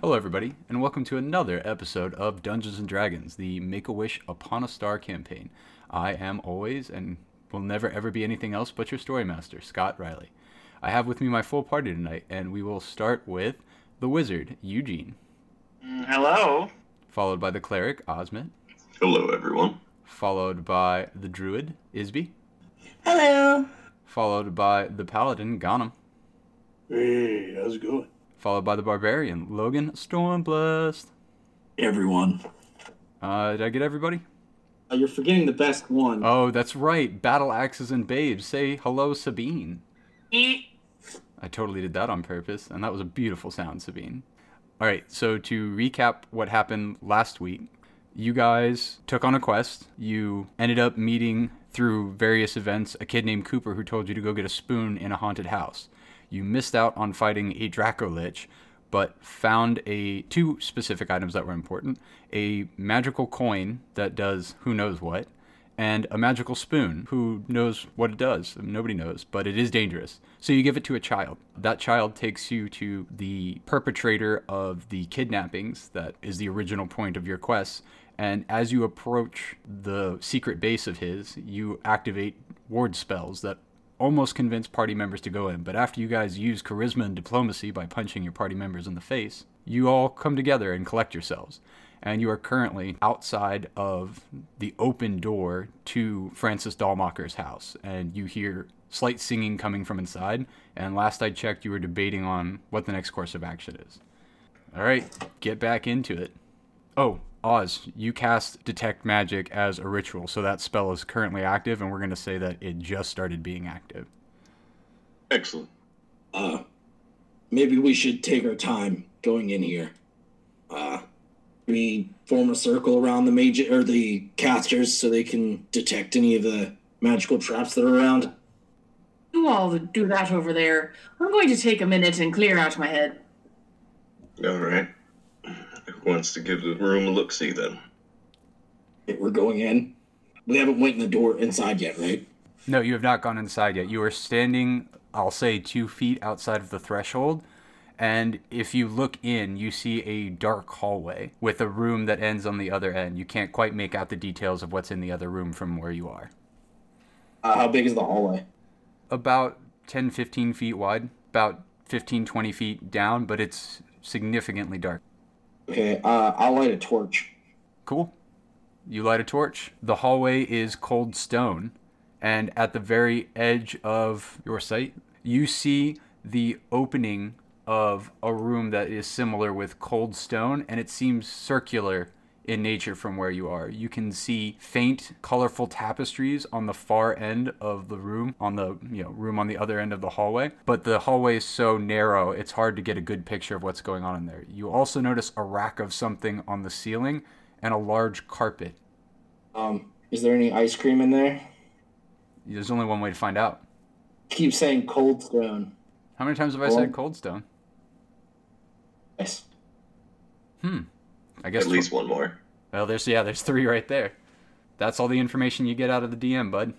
Hello, everybody, and welcome to another episode of Dungeons and Dragons, the Make a Wish Upon a Star campaign. I am always and will never ever be anything else but your story master, Scott Riley. I have with me my full party tonight, and we will start with the wizard, Eugene, Mm, Hello. followed by the cleric, Osmond, Hello, everyone. followed by the druid, Isby, Hello. followed by the paladin, Gollum, Hey, how's it going? followed by the barbarian, Logan Stormblast. Everyone. Uh, did I get everybody? Uh, you're forgetting the best one. Oh, that's right. Battle axes and babes. Say hello, Sabine. E. Eat. I totally did that on purpose, and that was a beautiful sound, Sabine. All right, so to recap what happened last week, you guys took on a quest. You ended up meeting through various events a kid named Cooper who told you to go get a spoon in a haunted house. You missed out on fighting a Draco Lich, but found a two specific items that were important: a magical coin that does who knows what, and a magical spoon. Who knows what it does? Nobody knows, but it is dangerous. So you give it to a child. That child takes you to the perpetrator of the kidnappings, that is the original point of your quest. And as you approach the secret base of his, you activate ward spells that almost convince party members to go in, but after you guys use charisma and diplomacy by punching your party members in the face, you all come together and collect yourselves. And you are currently outside of the open door to Francis Dahlmacher's house, and you hear slight singing coming from inside. And last I checked, you were debating on what the next course of action is. All right, get back into it. Oh, Oz, you cast Detect Magic as a ritual, so that spell is currently active, and we're going to say that it just started being active. Excellent. Uh, maybe we should take our time going in here. Uh, we form a circle around the major or the casters so they can detect any of the magical traps that are around. You all do that over there. I'm going to take a minute and clear out my head. All right. Who wants to give the room a look see then? If we're going in, we haven't went in the door inside yet, right? No, you have not gone inside yet. You are standing, I'll say, two feet outside of the threshold. And if you look in, you see a dark hallway with a room that ends on the other end. You can't quite make out the details of what's in the other room from where you are. Uh, how big is the hallway? about 10 15 feet wide about 15 20 feet down but it's significantly dark Okay, uh, I'll light a torch. cool you light a torch the hallway is cold stone and at the very edge of your sight you see the opening of a room that is similar with cold stone and it seems circular in nature from where you are you can see faint colorful tapestries on the far end of the room on the you know room on the other end of the hallway but the hallway is so narrow it's hard to get a good picture of what's going on in there you also notice a rack of something on the ceiling and a large carpet Um, is there any ice cream in there? there's only one way to find out Keep saying cold stone. how many times have i Well- said cold stone Yes. i guess At least one more. Well, there's yeah, there's three right there. That's all the information you get out of the DM, bud.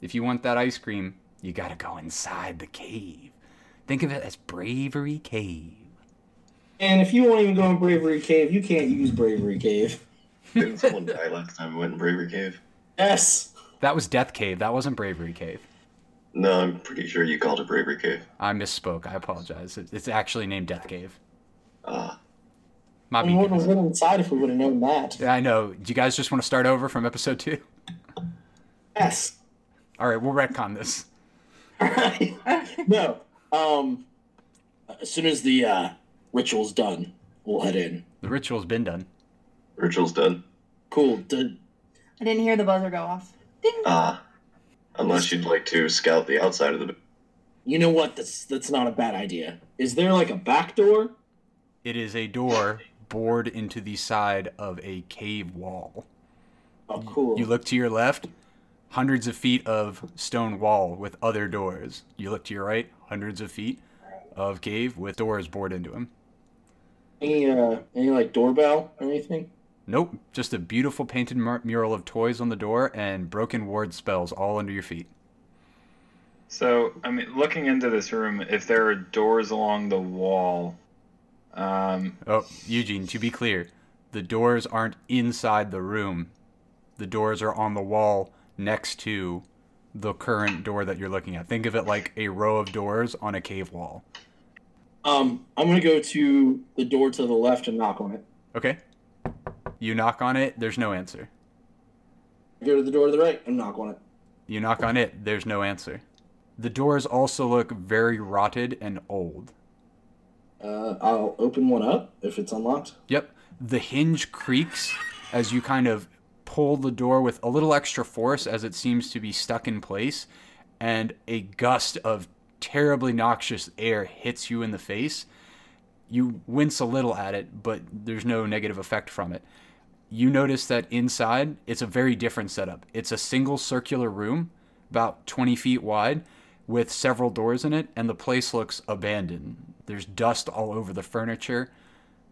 If you want that ice cream, you gotta go inside the cave. Think of it as Bravery Cave. And if you won't even go in Bravery Cave, you can't use Bravery Cave. Didn't someone die last time we went in Bravery Cave? Yes. That was Death Cave. That wasn't Bravery Cave. No, I'm pretty sure you called it Bravery Cave. I misspoke. I apologize. It- It's actually named Death Cave. Ah, My We wouldn't have beacon. been inside if we would have known that. Yeah, I know. Do you guys just want to start over from episode two? Yes. All right, we'll retcon this. no. Um. As soon as the uh, ritual's done, we'll head in. The ritual's been done. ritual's done. Cool. D- I didn't hear the buzzer go off. Ding. Ah, unless you'd like to scout the outside of the. you know what? That's that's not a bad idea. Is there like a back door? It is a door bored into the side of a cave wall. Oh, cool. You look to your left, hundreds of feet of stone wall with other doors. You look to your right, hundreds of feet of cave with doors bored into them. any uh, any like doorbell or anything? Nope, just a beautiful painted mur- mural of toys on the door and broken ward spells all under your feet. So, I mean, looking into this room, if there are doors along the wall, Um, Oh, Eugene, to be clear, the doors aren't inside the room. The doors are on the wall next to the current door that you're looking at. Think of it like a row of doors on a cave wall. Um, I'm gonna go to the door to the left and knock on it. Okay? You knock on it, there's no answer. Go to the door to the right and knock on it. You knock on it, there's no answer. The doors also look very rotted and old. Uh, I'll open one up if it's unlocked. Yep. The hinge creaks as you kind of pull the door with a little extra force as it seems to be stuck in place, and a gust of terribly noxious air hits you in the face. You wince a little at it, but there's no negative effect from it. You notice that inside, it's a very different setup. It's a single circular room, about 20 feet wide, with several doors in it, and the place looks abandoned. There's dust all over the furniture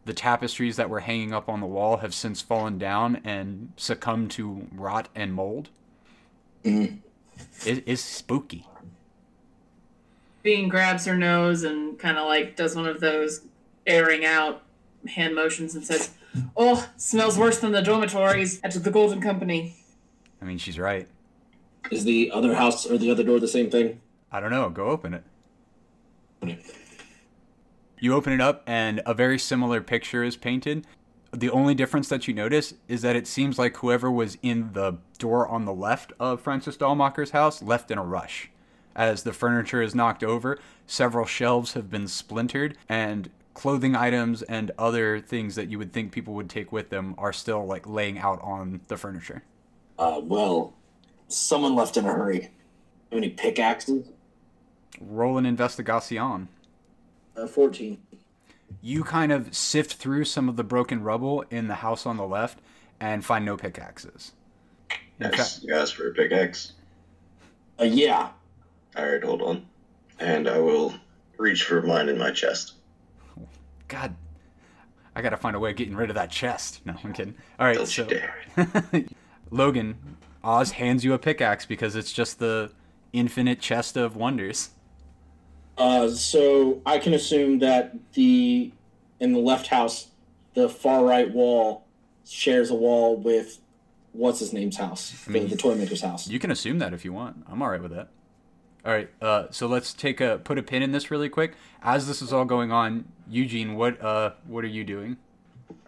the tapestries that were hanging up on the wall have since fallen down and succumbed to rot and mold. It is spooky. Bean grabs her nose and kind of like does one of those airing out hand motions and says, "Oh, smells worse than the dormitories at the Golden Company." I mean, she's right. Is the other house or the other door the same thing? I don't know. Go open it. You open it up, and a very similar picture is painted. The only difference that you notice is that it seems like whoever was in the door on the left of Francis Dahlmacher's house left in a rush. As the furniture is knocked over, several shelves have been splintered, and clothing items and other things that you would think people would take with them are still like laying out on the furniture. Uh, well, someone left in a hurry. Have any pickaxes? Roll an investigation. Uh, 14. you kind of sift through some of the broken rubble in the house on the left and find no pickaxes. In Nice. fact, You asked for a pickaxe. Uh, yeah. All right, hold on. And I will reach for mine in my chest. God, I gotta find a way of getting rid of that chest. No, I'm kidding. All right, Don't so you dare. Logan, Oz hands you a pickaxe because it's just the infinite chest of wonders. Uh, so I can assume that the in the left house, the far right wall shares a wall with what's his name's house, the, the toy maker's house. You can assume that if you want. I'm all right with that. All right, uh, so let's take a put a pin in this really quick. As this is all going on, Eugene, what uh, what are you doing?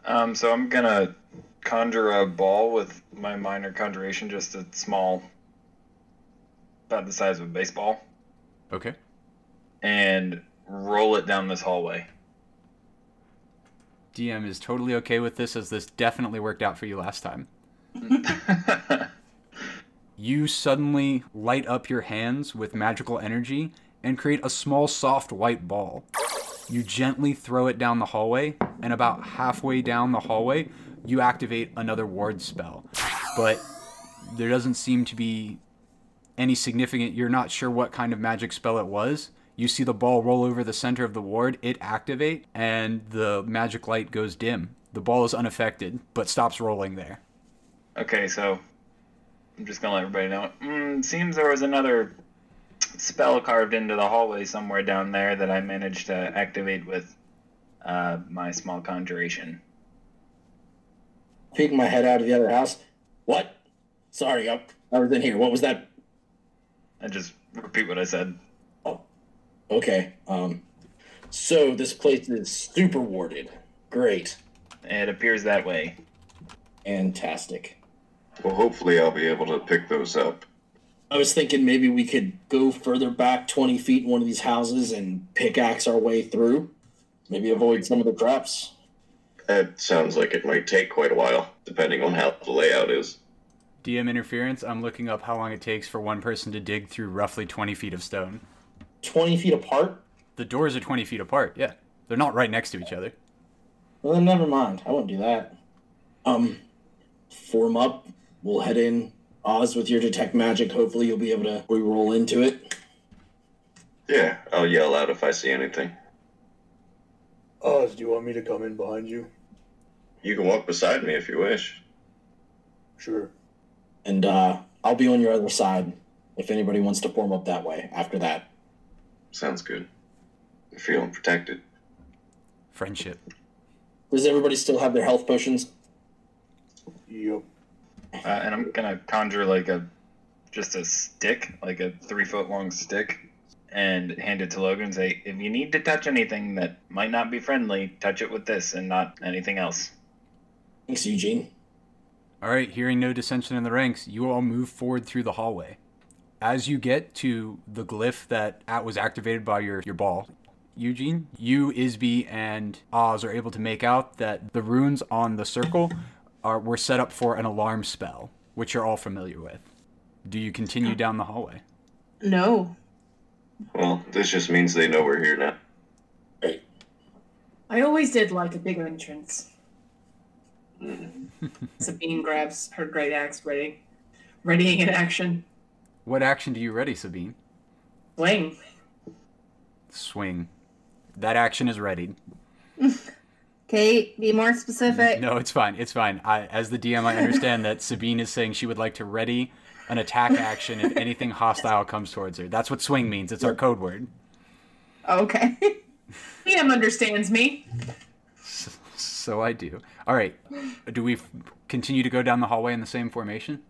um, so I'm gonna conjure a ball with my minor conjuration, just a small, about the size of a baseball, Okay. and roll it down this hallway. DM is totally okay with this as this definitely worked out for you last time. You suddenly light up your hands with magical energy and create a small, soft white ball. You gently throw it down the hallway, and about halfway down the hallway, you activate another ward spell. But there doesn't seem to be any significant, you're not sure what kind of magic spell it was. You see the ball roll over the center of the ward, it activate, and the magic light goes dim. The ball is unaffected, but stops rolling there. Okay, so I'm just gonna let everybody know. Mm, seems there was another spell carved into the hallway somewhere down there that I managed to activate with uh, my small conjuration. Peeking my head out of the other house. What? Sorry, I, I was in here. What was that? I just repeat what I said. Okay. Um, so this place is super warded. Great. It appears that way. Fantastic. Well, hopefully, I'll be able to pick those up. I was thinking maybe we could go further back 20 feet in one of these houses and pickaxe our way through. Maybe avoid some of the traps. That sounds like it might take quite a while, depending on how the layout is. DM interference, I'm looking up how long it takes for one person to dig through roughly 20 feet of stone. 20 feet apart? The doors are 20 feet apart, yeah. They're not right next to each other. Well, then never mind. I wouldn't do that. Um, form up. We'll head in. Oz with your detect magic. Hopefully, you'll be able to re-roll into it. Yeah, I'll yell out if I see anything. Oz, Oh, do you want me to come in behind you? You can walk beside me if you wish. Sure. And uh, I'll be on your other side if anybody wants to form up that way. After that, Sounds good. I'm feeling protected. Friendship. Does everybody still have their health potions? Yep. Uh, and I'm gonna conjure like a just a stick, like a three foot long stick, and hand it to Logan and say, if you need to touch anything that might not be friendly, touch it with this and not anything else. Thanks, Eugene. All right, hearing no dissension in the ranks, you all move forward through the hallway. As you get to the glyph that at was activated by your, your ball, Eugene, you, Isby, and Oz are able to make out that the runes on the circle are were set up for an alarm spell, which you're all familiar with. Do you continue down the hallway? No. Well, this just means they know we're here now. I always did like a bigger entrance. Sabine grabs her great axe, ready, readying in action. What action do you ready, Sabine? Swing. Swing. That action is readied. Kate, be more specific. No, it's fine. It's fine. I, as the DM, I understand that Sabine is saying she would like to ready an attack action if anything hostile comes towards her. That's what swing means. It's our code word. Okay. DM understands me. So I do. All right. Do we f- continue to go down the hallway in the same formation?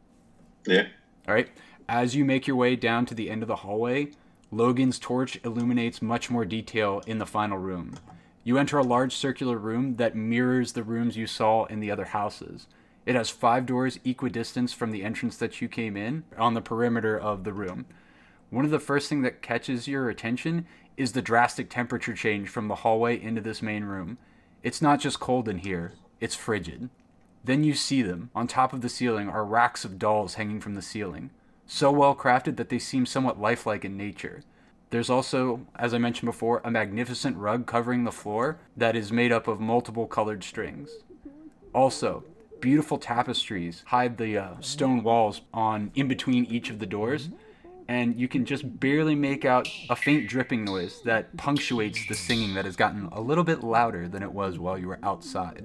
Yeah. All right. As you make your way down to the end of the hallway, Logan's torch illuminates much more detail in the final room. You enter a large circular room that mirrors the rooms you saw in the other houses. It has five doors equidistant from the entrance that you came in on the perimeter of the room. One of the first thing that catches your attention is the drastic temperature change from the hallway into this main room. It's not just cold in here, it's frigid. Then you see them. On top of the ceiling are racks of dolls hanging from the ceiling, so well crafted that they seem somewhat lifelike in nature. There's also, as I mentioned before, a magnificent rug covering the floor that is made up of multiple colored strings. Also, beautiful tapestries hide the uh, stone walls on in between each of the doors, and you can just barely make out a faint dripping noise that punctuates the singing that has gotten a little bit louder than it was while you were outside.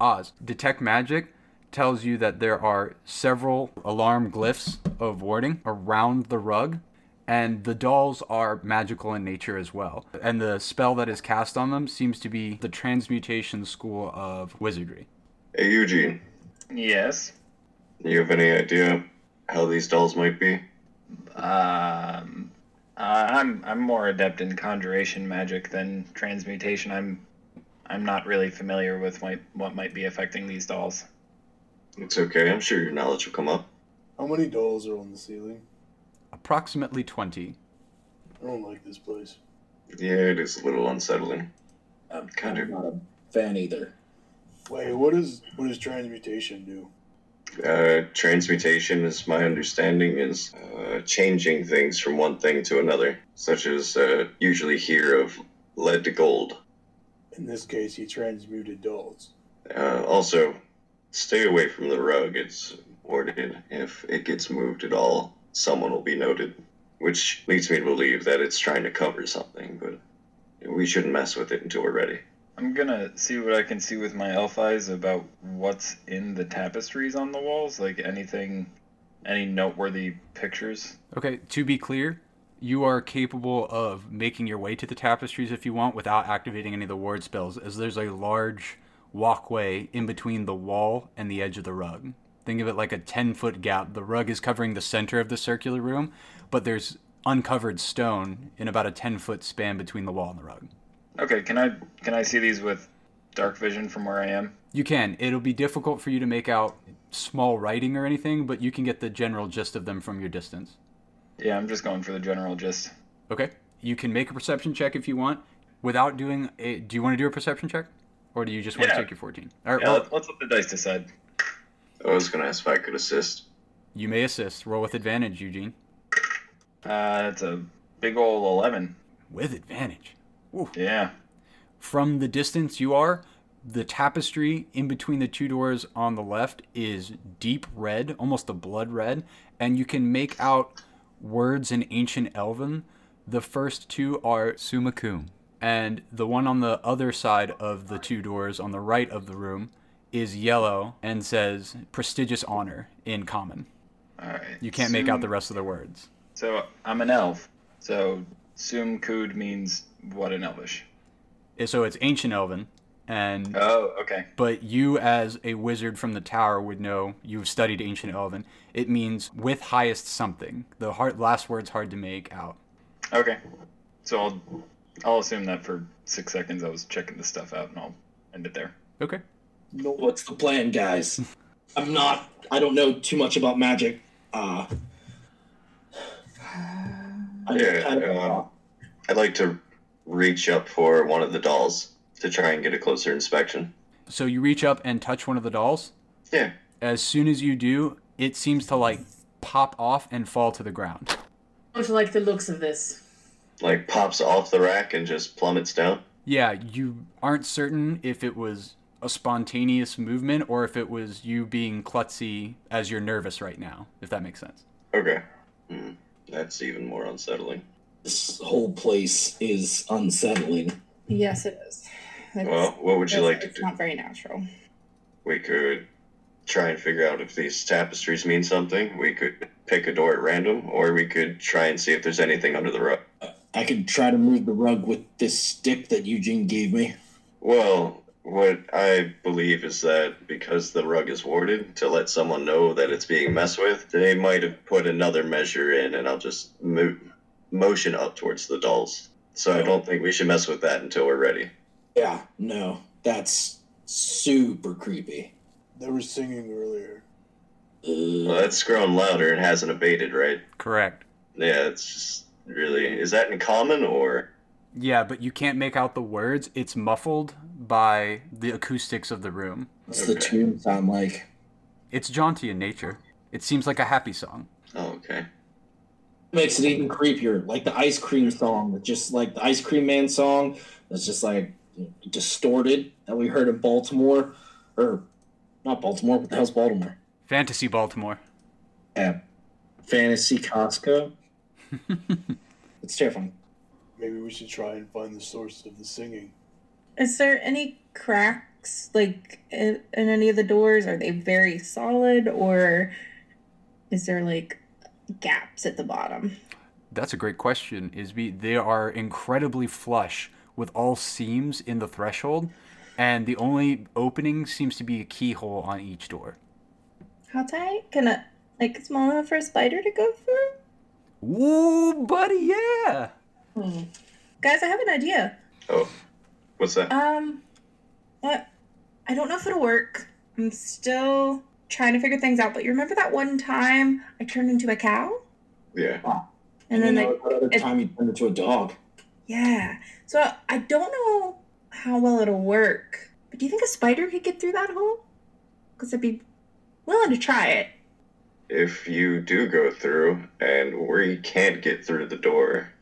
Oz, detect magic tells you that there are several alarm glyphs of warding around the rug, and the dolls are magical in nature as well. And the spell that is cast on them seems to be the transmutation school of wizardry. Hey, Eugene, Yes. do you have any idea how these dolls might be? Um, uh, I'm I'm more adept in conjuration magic than transmutation. I'm I'm not really familiar with my, what might be affecting these dolls. It's okay. I'm sure your knowledge will come up. How many dolls are on the ceiling? Approximately 20. I don't like this place. Yeah, it is a little unsettling. I'm Kind of. not a fan either. Wait, what is what does transmutation do? Uh, transmutation is my understanding is uh, changing things from one thing to another, such as uh, usually hear of lead to gold. In this case, he transmuted dolls. Uh, also, stay away from the rug. It's warded. If it gets moved at all, someone will be noted, which leads me to believe that it's trying to cover something. But we shouldn't mess with it until we're ready. I'm gonna see what I can see with my elf eyes about what's in the tapestries on the walls, like anything, any noteworthy pictures. Okay, to be clear, you are capable of making your way to the tapestries if you want without activating any of the ward spells, as there's a large walkway in between the wall and the edge of the rug. Think of it like a 10 foot gap. The rug is covering the center of the circular room, but there's uncovered stone in about a 10 foot span between the wall and the rug. Okay, can I can I see these with dark vision from where I am? You can. It'll be difficult for you to make out small writing or anything, but you can get the general gist of them from your distance. Yeah, I'm just going for the general gist. Okay. You can make a perception check if you want without doing a. Do you want to do a perception check? Or do you just want Yeah. to take your 14? All right. Yeah, Well, let- let's let the dice decide. I was gonna ask if I could assist. you may assist. Roll with advantage, Eugene. Uh, it's a big ol' eleven. With advantage. Yeah. From the distance you are, the tapestry in between the two doors on the left is deep red, almost a blood red, and you can make out words in ancient Elven. The first two are Sumakum, and the one on the other side of the two doors on the right of the room is yellow and says prestigious honor in common. All right. You can't make out the Sum- rest of the words. So I'm an elf. So Sum Kud means what in Elvish? So it's ancient elven, and Oh, okay. but you as a wizard from the tower would know you've studied ancient elven. It means with highest something. The hard, last word's hard to make out. Okay. So I'll I'll assume that for six seconds I was checking this stuff out and I'll end it there. Okay. No, What's the plan, guys? I'm not. I don't know too much about magic. Uh, I, Yeah, um, I don't know. I'd like to reach up for one of the dolls to try and get a closer inspection. So you reach up and touch one of the dolls. Yeah. As soon as you do, it seems to like pop off and fall to the ground. Don't you like the looks of this? Like pops off the rack and just plummets down. Yeah, you aren't certain if it was a spontaneous movement or if it was you being klutzy as you're nervous right now, if that makes sense. Okay. Hmm. That's even more unsettling. This whole place is unsettling. Yes, it is. It's, Well, what would you like to it's do? not very natural. We could try and figure out if these tapestries mean something. We could pick a door at random, or we could try and see if there's anything under the rug. I could try to move the rug with this stick that Eugene gave me. Well, what I believe is that because the rug is warded, to let someone know that it's being messed with, they might have put another measure in, and I'll just mo- motion up towards the dolls. So I don't think we should mess with that until we're ready. Yeah, no, that's super creepy. they were singing earlier. Uh, Well, that's grown louder and hasn't abated, right? Correct. Yeah, it's just really. Is that in common or? Yeah, but you can't make out the words. It's muffled by the acoustics of the room. what's the tune sound like? It's jaunty in nature. It seems like a happy song. Oh, okay. Makes it even creepier, like the ice cream song, that just like the ice cream man song. That's just like distorted that we heard in Baltimore, or not Baltimore, but the hell's Baltimore? Fantasy Baltimore. Yeah, Fantasy Costco. it's terrifying. Maybe we should try and find the source of the singing. Is there any cracks like in, in any of the doors? Are they very solid or is there like gaps at the bottom? That's a great question, Isby. They are incredibly flush with all seams in the threshold, and the only opening seems to be a keyhole on each door. How tight? Can I like small enough for a spider to go through? Ooh, buddy, yeah! Guys, I have an idea. Oh, what's that? Um what I don't know if it'll work. I'm still trying to figure things out, but you remember that one time I turned into a cow? yeah. And, then, like what other it- time you turned into a dog? Yeah. So I don't know how well it'll work, but do you think a spider could get through that hole? Because I'd be willing to try it. If you do go through and we can't get through the door,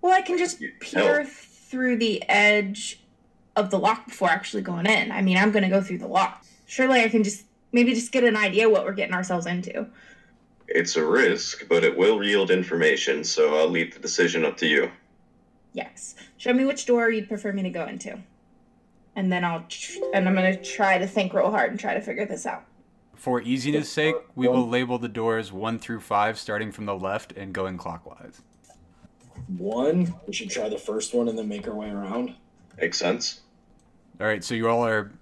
Well, I can just You- peer no. through the edge of the lock before actually going in. I mean, I'm going to go through the lock. Surely I can just maybe just get an idea what we're getting ourselves into. it's a risk, but it will yield information, so I'll leave the decision up to you. Yes. Show me which door you'd prefer me to go into. And then I'll tr- and I'm going to try to think real hard and try to figure this out. For easiness sake, we will label the doors 1 through 5 starting from the left and going clockwise. One. We should try the first one and then make our way around. Make sense? All right, so you all are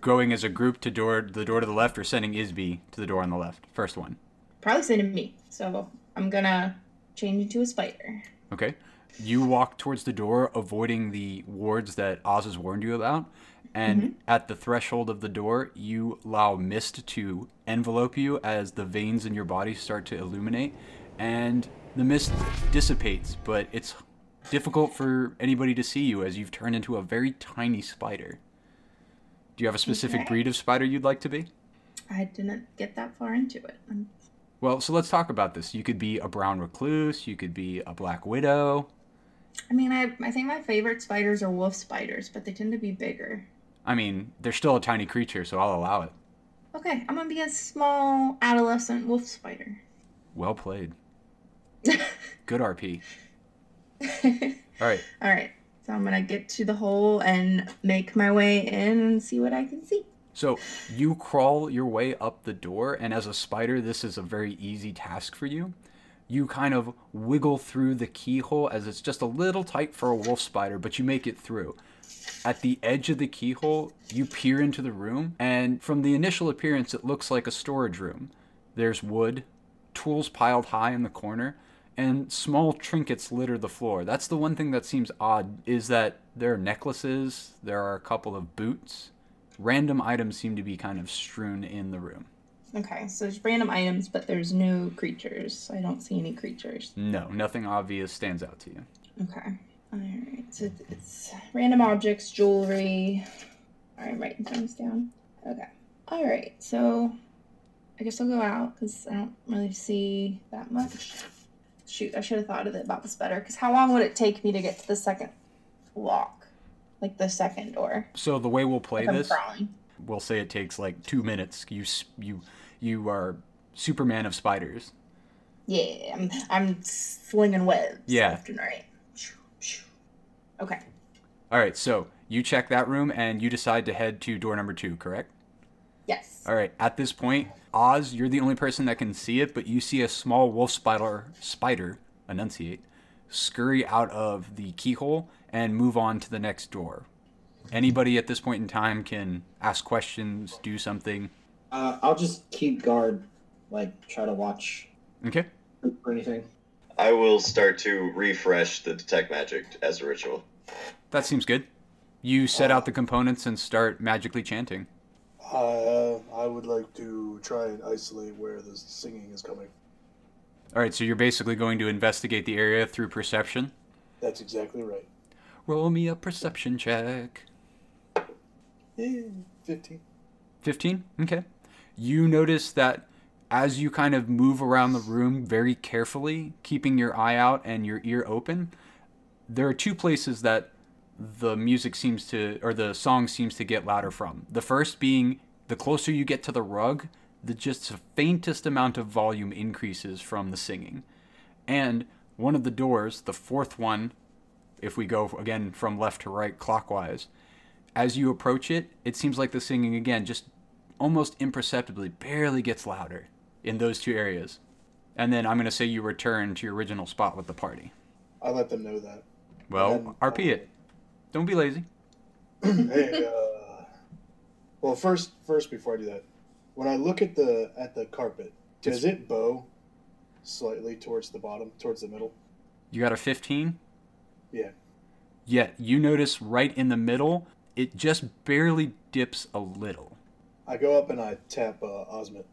going as a group to door the door to the left or sending Isby to the door on the left. First one. Probably sending me. So I'm going to change into a spider. Okay. You walk towards the door, avoiding the wards that Oz has warned you about. And at the threshold of the door, you allow mist to envelope you as the veins in your body start to illuminate. And the mist dissipates, but it's difficult for anybody to see you as you've turned into a very tiny spider. Do you have a specific Okay. breed of spider you'd like to be? I didn't get that far into it. Um, Well, so let's talk about this. You could be a brown recluse, you could be a black widow. I mean, I, I think my favorite spiders are wolf spiders, but they tend to be bigger. I mean, they're still a tiny creature, so I'll allow it. Okay, I'm gonna be a small adolescent wolf spider. Well played. Good RP. All right. All right, so I'm gonna get to the hole and make my way in and see what I can see. So you crawl your way up the door, and as a spider, this is a very easy task for you. you kind of wiggle through the keyhole as it's just a little tight for a wolf spider, but you make it through. At the edge of the keyhole, you peer into the room, and from the initial appearance, it looks like a storage room. There's wood, tools piled high in the corner, and small trinkets litter the floor. That's the one thing that seems odd is that there are necklaces, there are a couple of boots. Random items seem to be kind of strewn in the room. Okay, so there's random items, but there's no creatures. I don't see any creatures. No, nothing obvious stands out to you. Okay. All right. So it's- it's random objects, jewelry. All right, I'm writing things down. Okay. All right. So I guess I'll go out because I don't really see that much. Shoot, I should have thought of it about this better. Because how long would it take me to get to the second lock, like the second door? So the way we'll play If I'm this, crawling. we'll say it takes like two minutes. You s- you you are Superman of spiders. Yeah, I'm, I'm slinging webs. Yeah. Left and right. Shoo, shoo. Okay. All right, so you check that room and you decide to head to door number two, correct? Yes. All right. At this point, Oz, you're the only person that can see it, but you see a small wolf spider, spider, enunciate, scurry out of the keyhole and move on to the next door. Anybody at this point in time can ask questions, do something. Uh, I'll just keep guard, like try to watch Okay. for anything. I will start to refresh the detect magic as a ritual. That seems good. You set out the components and start magically chanting. Uh, I would like to try and isolate where the singing is coming. All right, so you're basically going to investigate the area through perception. That's exactly right. Roll me a perception check. Eh, Fifteen. 15 okay you notice that as you kind of move around the room very carefully keeping your eye out and your ear open there are two places that the music seems to or the song seems to get louder from the first being the closer you get to the rug the just the faintest amount of volume increases from the singing and one of the doors the fourth one if we go again from left to right clockwise as you approach it, it seems like the singing again just almost imperceptibly barely gets louder in those two areas. And then I'm going to say you return to your original spot with the party. I let them know that. Well, RP it. Don't be lazy. hey, uh, well, first, first before I do that, when I look at the at the carpet, does it bow slightly towards the bottom, towards the middle? You got a 15? Yeah. Yet you notice right in the middle, it just barely dips a little. I go up and I tap uh, Osmond.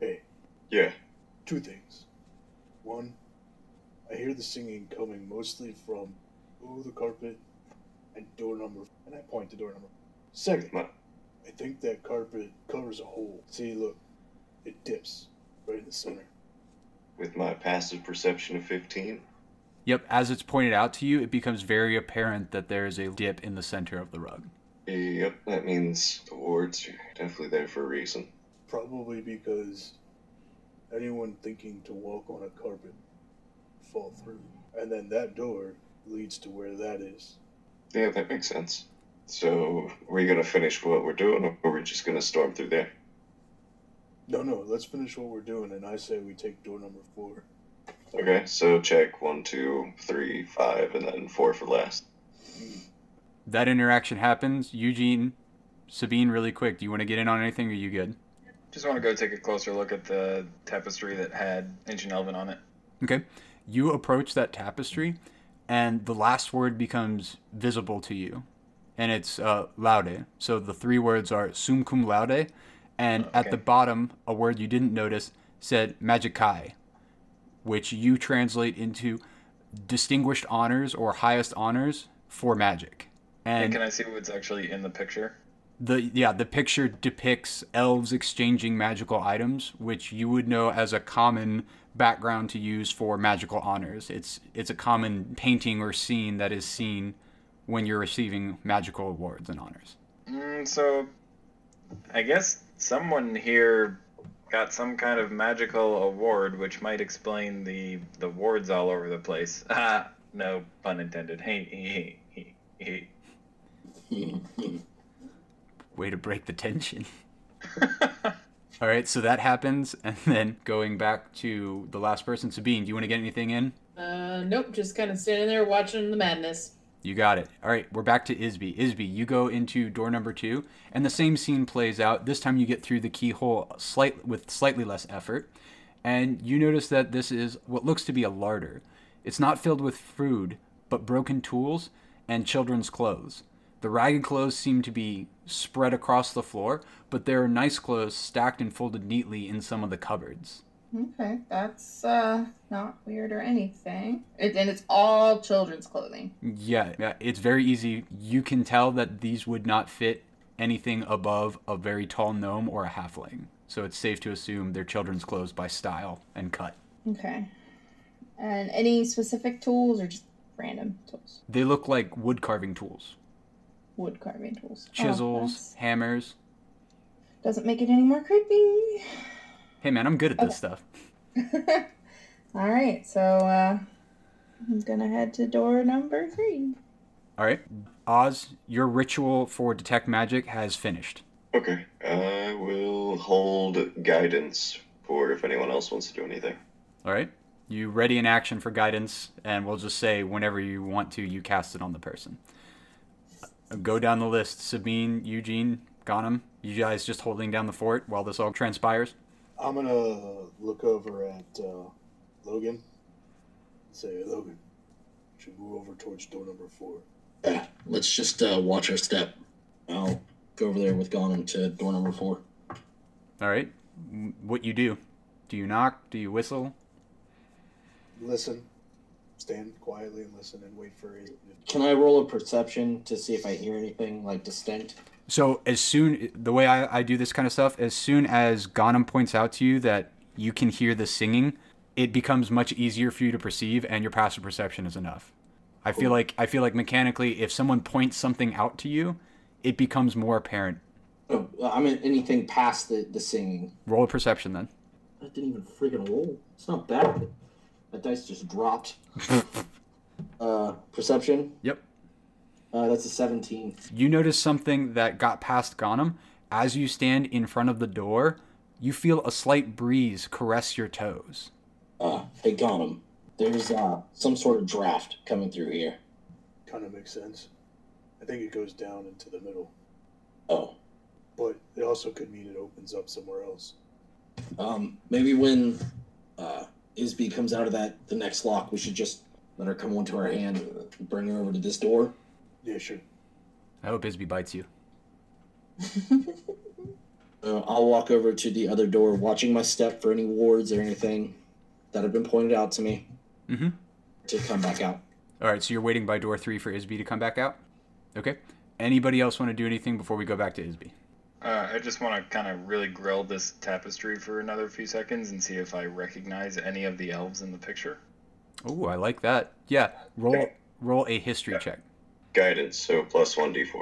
Hey, Yeah. two things. One, I hear the singing coming mostly from oh the carpet and door number, and I point to door number. Second, What? I think that carpet covers a hole. See, look, it dips right in the center. With my passive perception of 15, Yep, as it's pointed out to you, it becomes very apparent that there is a dip in the center of the rug. yep, that means the wards are definitely there for a reason. Probably because anyone thinking to walk on a carpet fall through. And then that door leads to where that is. Yeah, that makes sense. So, are we gonna finish what we're doing, or are we just gonna storm through there? No, no, let's finish what we're doing, and I say we take door number four. Okay, so check one, two, three, five, and then four for last. that interaction happens. Eugene, Sabine, really quick. Do you want to get in on anything? Or are you good? Just want to go take a closer look at the tapestry that had ancient elven on it. Okay. You approach that tapestry, and the last word becomes visible to you, and it's uh, laude. So the three words are sum cum laude, and at Okay. the bottom, a word you didn't notice said magicae, which you translate into distinguished honors or highest honors for magic. And And can I see what's actually in the picture? the yeah the picture depicts elves exchanging magical items which you would know as a common background to use for magical honors it's it's a common painting or scene that is seen when you're receiving magical awards and honors Mm, so, I guess someone here got some kind of magical award, which might explain the the wards all over the place. Ah, no pun intended. Hey, hey, hey, hey, hey. way to break the tension All right, so that happens, and then going back to the last person, Sabine, do you want to get anything in? Uh, nope, just kind of standing there watching the madness. You got it. All right, we're back to Isby. Isby, you go into door number two, and the same scene plays out. This time, you get through the keyhole slight with slightly less effort, and you notice that this is what looks to be a larder. It's not filled with food, but broken tools and children's clothes. The ragged clothes seem to be spread across the floor, but there are nice clothes stacked and folded neatly in some of the cupboards. Okay, that's uh not weird or anything. It, and it's all children's clothing. Yeah, yeah, it's very easy. You can tell that these would not fit anything above a very tall gnome or a halfling. So it's safe to assume they're children's clothes by style and cut. Okay. And any specific tools or just random tools? They look like wood carving tools Wood carving tools. Oh, chisels, that's- hammers. doesn't make it any more creepy. Hey man, I'm good at this stuff. All right, so uh, I'm gonna head to door number three. All right. Oz, your ritual for detect magic has finished. Okay. I will hold guidance for if anyone else wants to do anything. All right. You ready in action for guidance, and we'll just say whenever you want to, you cast it on the person. Uh, Go down the list. Sabine, Eugene, Ghanem, you guys just holding down the fort while this all transpires. I'm gonna look over at uh, Logan. and Say, Logan, you should move over towards door number four. Yeah, let's just uh, watch our step. I'll go over there with Gonem to door number four. All right. M- What you do? Do you knock? Do you whistle? Listen, stand quietly and listen, and wait for it. Can I roll a perception to see if I hear anything like distinct? So as soon the way I, I do this kind of stuff, as soon as Ghanem points out to you that you can hear the singing, it becomes much easier for you to perceive, and your passive perception is enough. I feel like I feel like mechanically, if someone points something out to you, it becomes more apparent. Oh, I mean anything past the, the singing. Roll a perception then. I didn't even freaking roll. It's not bad. That dice just dropped. uh, perception. Yep. Uh, that's a seventeen. You notice something that got past Ghanem. As you stand in front of the door, you feel a slight breeze caress your toes. Uh, hey Gonem, there's uh some sort of draft coming through here. Kind of makes sense. I think it goes down into the middle, Oh, but it also could mean it opens up somewhere else. um, maybe when uh Isby comes out of that the next lock, we should just let her come onto our hand, and bring her over to this door. Yeah, sure. I hope Isby bites you. Uh, I'll walk over to the other door, watching my step for any wards or anything that have been pointed out to me Mm-hmm. to come back out. All right, so you're waiting by door three for Isby to come back out. Okay. Anybody else want to do anything before we go back to Isby? Uh, I just want to kind of really grill this tapestry for another few seconds and see if I recognize any of the elves in the picture. Oh, I like that. Yeah. Roll roll a history check. Guidance, so plus 1d4.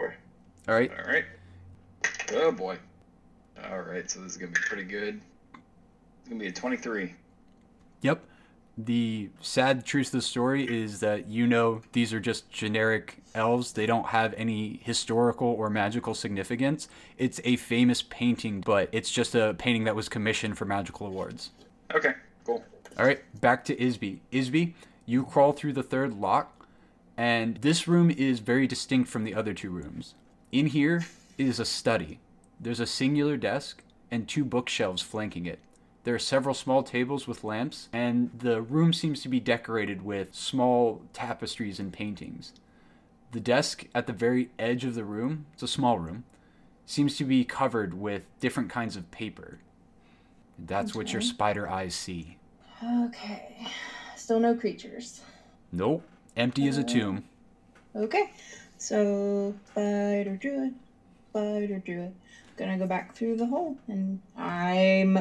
All right. All right. Oh boy. All right, so this is gonna be pretty good. It's gonna be a 23. Yep. The sad truth of the story is that you know these are just generic elves. They don't have any historical or magical significance. It's a famous painting, but it's just a painting that was commissioned for magical awards. Okay, cool. All right, back to Isby. Isby, you crawl through the third lock, and this room is very distinct from the other two rooms. In here is a study. There's a singular desk and two bookshelves flanking it. There are several small tables with lamps, and the room seems to be decorated with small tapestries and paintings. The desk at the very edge of the room, it's a small room, seems to be covered with different kinds of paper. That's what your Okay. spider eyes see. Okay. Still no creatures. Nope. Empty as a Uh, tomb. Okay. So spider druid, spider druid. Gonna go back through the hole, and I'm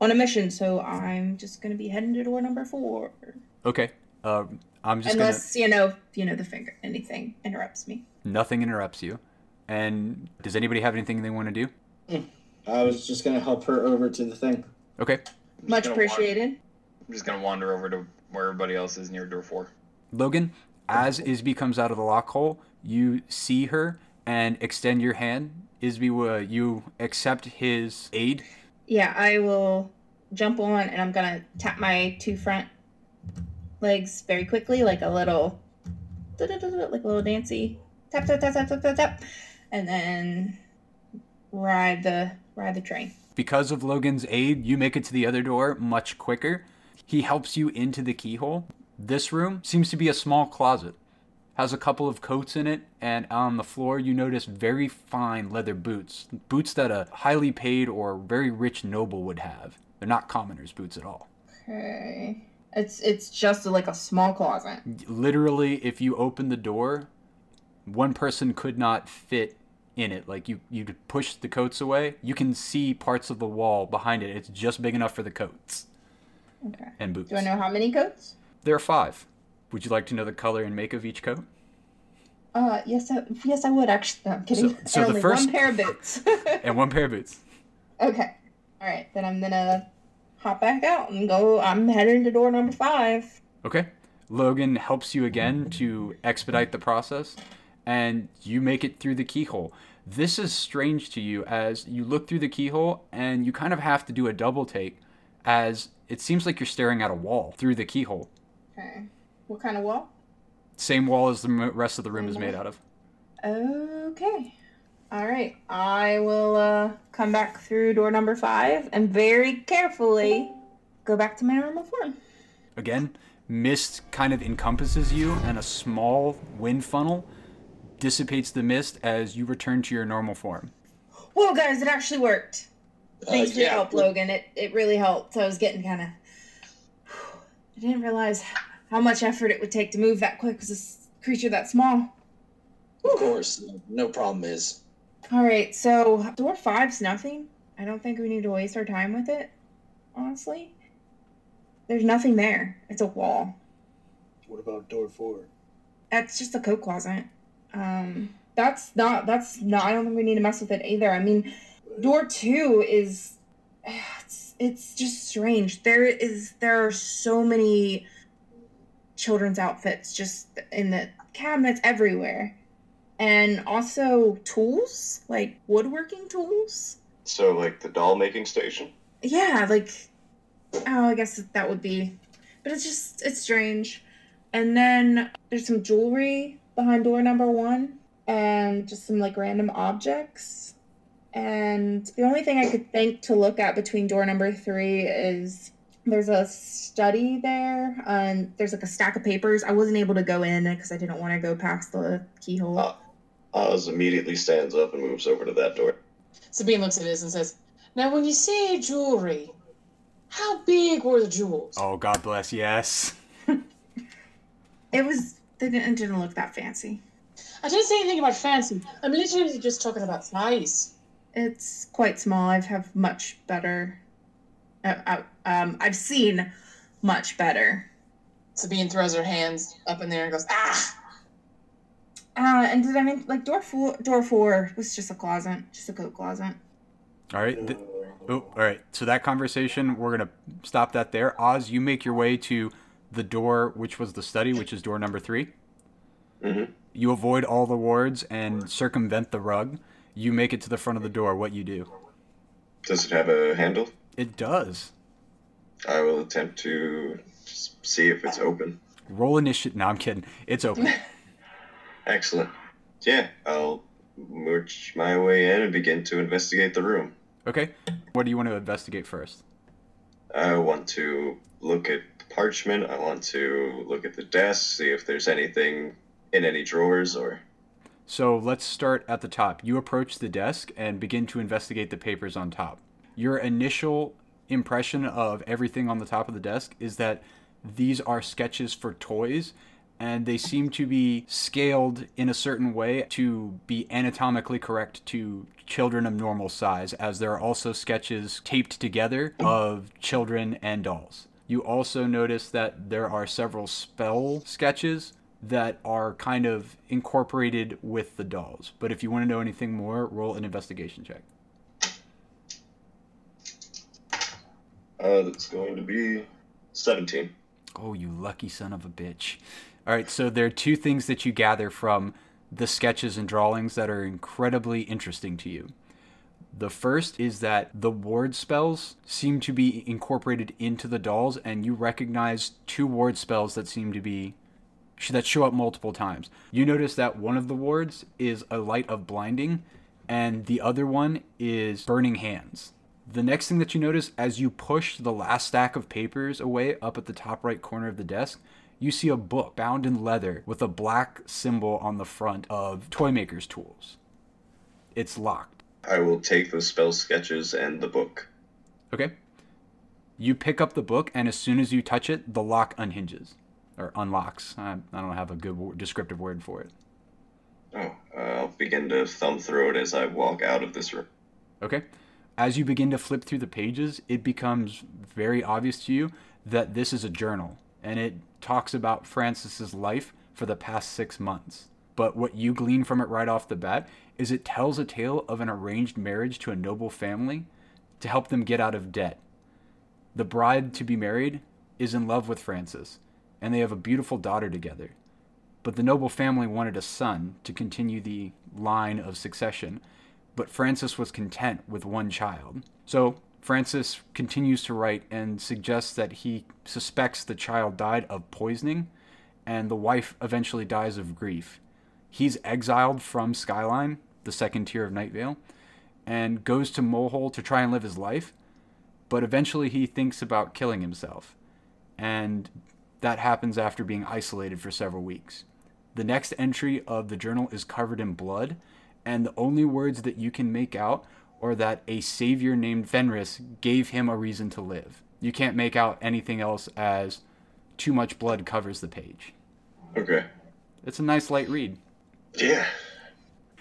on a mission, so I'm just gonna be heading to door number four. Okay. Uh, I'm just Unless you know, you know, the finger anything interrupts me. gonna. Nothing interrupts you. And does anybody have anything they want to do? I was just gonna help her over to the thing. Okay. I'm just Much gonna wander- appreciated. I'm just gonna wander over to where everybody else is near door four. Logan, as Isby comes out of the lock hole, you see her and extend your hand. Isby, uh, you accept his aid yeah, I will jump on and I'm gonna tap my two front legs very quickly, like a little, like a little dancy tap tap tap tap tap tap tap, and then ride the ride the train. Because of Logan's aid, you make it to the other door much quicker. He helps you into the keyhole. This room seems to be a small closet. Has a couple of coats in it, and on the floor you notice very fine leather boots. Boots that a highly paid or very rich noble would have. They're not commoners' boots at all. Okay, it's it's just like a small closet. Literally, if you open the door, one person could not fit in it. Like you, you push the coats away, you can see parts of the wall behind it. It's just big enough for the coats Okay. and boots. Do I know how many coats? There are five. Would you like to know the color and make of each coat? Uh, yes, I, yes, I would actually. No, I'm kidding. So- so And the only first- one pair of boots. And one pair of boots. okay, all right. Then I'm gonna hop back out and go. I'm heading to door number five. Okay. Logan helps you again to expedite the process, and you make it through the keyhole. This is strange to you as you look through the keyhole and you kind of have to do a double take as it seems like you're staring at a wall through the keyhole. Okay. What kind of wall? Same wall as the m- rest of the room is made out of. Okay. All right. I will uh, come back through door number five and very carefully go back to my normal form. Again, mist kind of encompasses you, and a small wind funnel dissipates the mist as you return to your normal form. Whoa, guys! It actually worked. Uh, Thanks for your yeah, help, we're- Logan. It it really helped. I was getting kind of. I didn't realize how much effort it would take to move that quick as this creature that small. Of course, no problem is. All right, so door five's nothing. I don't think we need to waste our time with it, honestly. There's nothing there. It's a wall. What about door four? That's just a coat closet. Um, that's not. That's not. I don't think we need to mess with it either. I mean, door two is. It's, it's just strange. There is. There are so many children's outfits just in the cabinets everywhere, and also tools like woodworking tools. So, like the doll making station? yeah like oh i guess that would be but it's just it's strange and then there's some jewelry behind door number one and just some like random objects and the only thing i could think to look at between door number three is there's a study there and there's like a stack of papers i wasn't able to go in because i didn't want to go past the keyhole Uh, Oz immediately stands up and moves over to that door. Sabine looks at this and says, Now, when you say jewelry, how big were the jewels? Oh, God bless, yes. it was they didn't, it didn't look that fancy I didn't say anything about fancy. I'm literally just talking about size. It's quite small. I've have much better. Uh, uh, um, I've seen much better. Sabine throws her hands up in there and goes, Ah! Uh, and did I mean like door four? Door four was just a closet, just a coat closet. All right. Uh, th- oh, all right. So that conversation, we're going to stop that there. Oz, you make your way to the door, which was the study, which is door number three. Mhm. You avoid all the wards and circumvent the rug. You make it to the front of the door. What you do? Does it have a handle? It does. I will attempt to s- see if it's open. Roll initiative. No, I'm kidding. It's open. Excellent. Yeah, I'll march my way in and begin to investigate the room. Okay. What do you want to investigate first? I want to look at the parchment. I want to look at the desk, see if there's anything in any drawers or. So let's start at the top. You approach the desk and begin to investigate the papers on top. Your initial impression of everything on the top of the desk is that these are sketches for toys and they seem to be scaled in a certain way to be anatomically correct to children of normal size, as there are also sketches taped together of children and dolls. You also notice that there are several spell sketches that are kind of incorporated with the dolls. But if you want to know anything more, roll an investigation check. Uh, that's going to be 17. Oh, you lucky son of a bitch. All right, so there are two things that you gather from the sketches and drawings that are incredibly interesting to you. The first is that the ward spells seem to be incorporated into the dolls, and you recognize two ward spells that seem to be sh- that show up multiple times. You notice that one of the wards is a light of blinding, and the other one is burning hands. The next thing that you notice as you push the last stack of papers away up at the top right corner of the desk, you see a book bound in leather with a black symbol on the front of Toymaker's Tools. It's locked. I will take the spell sketches and the book. Okay? You pick up the book, and as soon as you touch it, the lock unhinges or unlocks. I, I don't have a good wo- descriptive word for it. Oh, uh, I'll begin to thumb through it as I walk out of this room. Okay? As you begin to flip through the pages, it becomes very obvious to you that this is a journal and it talks about Francis's life for the past 6 months. But what you glean from it right off the bat is it tells a tale of an arranged marriage to a noble family to help them get out of debt. The bride to be married is in love with Francis and they have a beautiful daughter together. But the noble family wanted a son to continue the line of succession but Francis was content with one child. So Francis continues to write and suggests that he suspects the child died of poisoning, and the wife eventually dies of grief. He's exiled from Skyline, the second tier of Nightvale, and goes to Mohole to try and live his life, but eventually he thinks about killing himself. And that happens after being isolated for several weeks. The next entry of the journal is covered in blood, and the only words that you can make out are that a savior named Fenris gave him a reason to live. You can't make out anything else as too much blood covers the page. Okay. It's a nice light read. Yeah.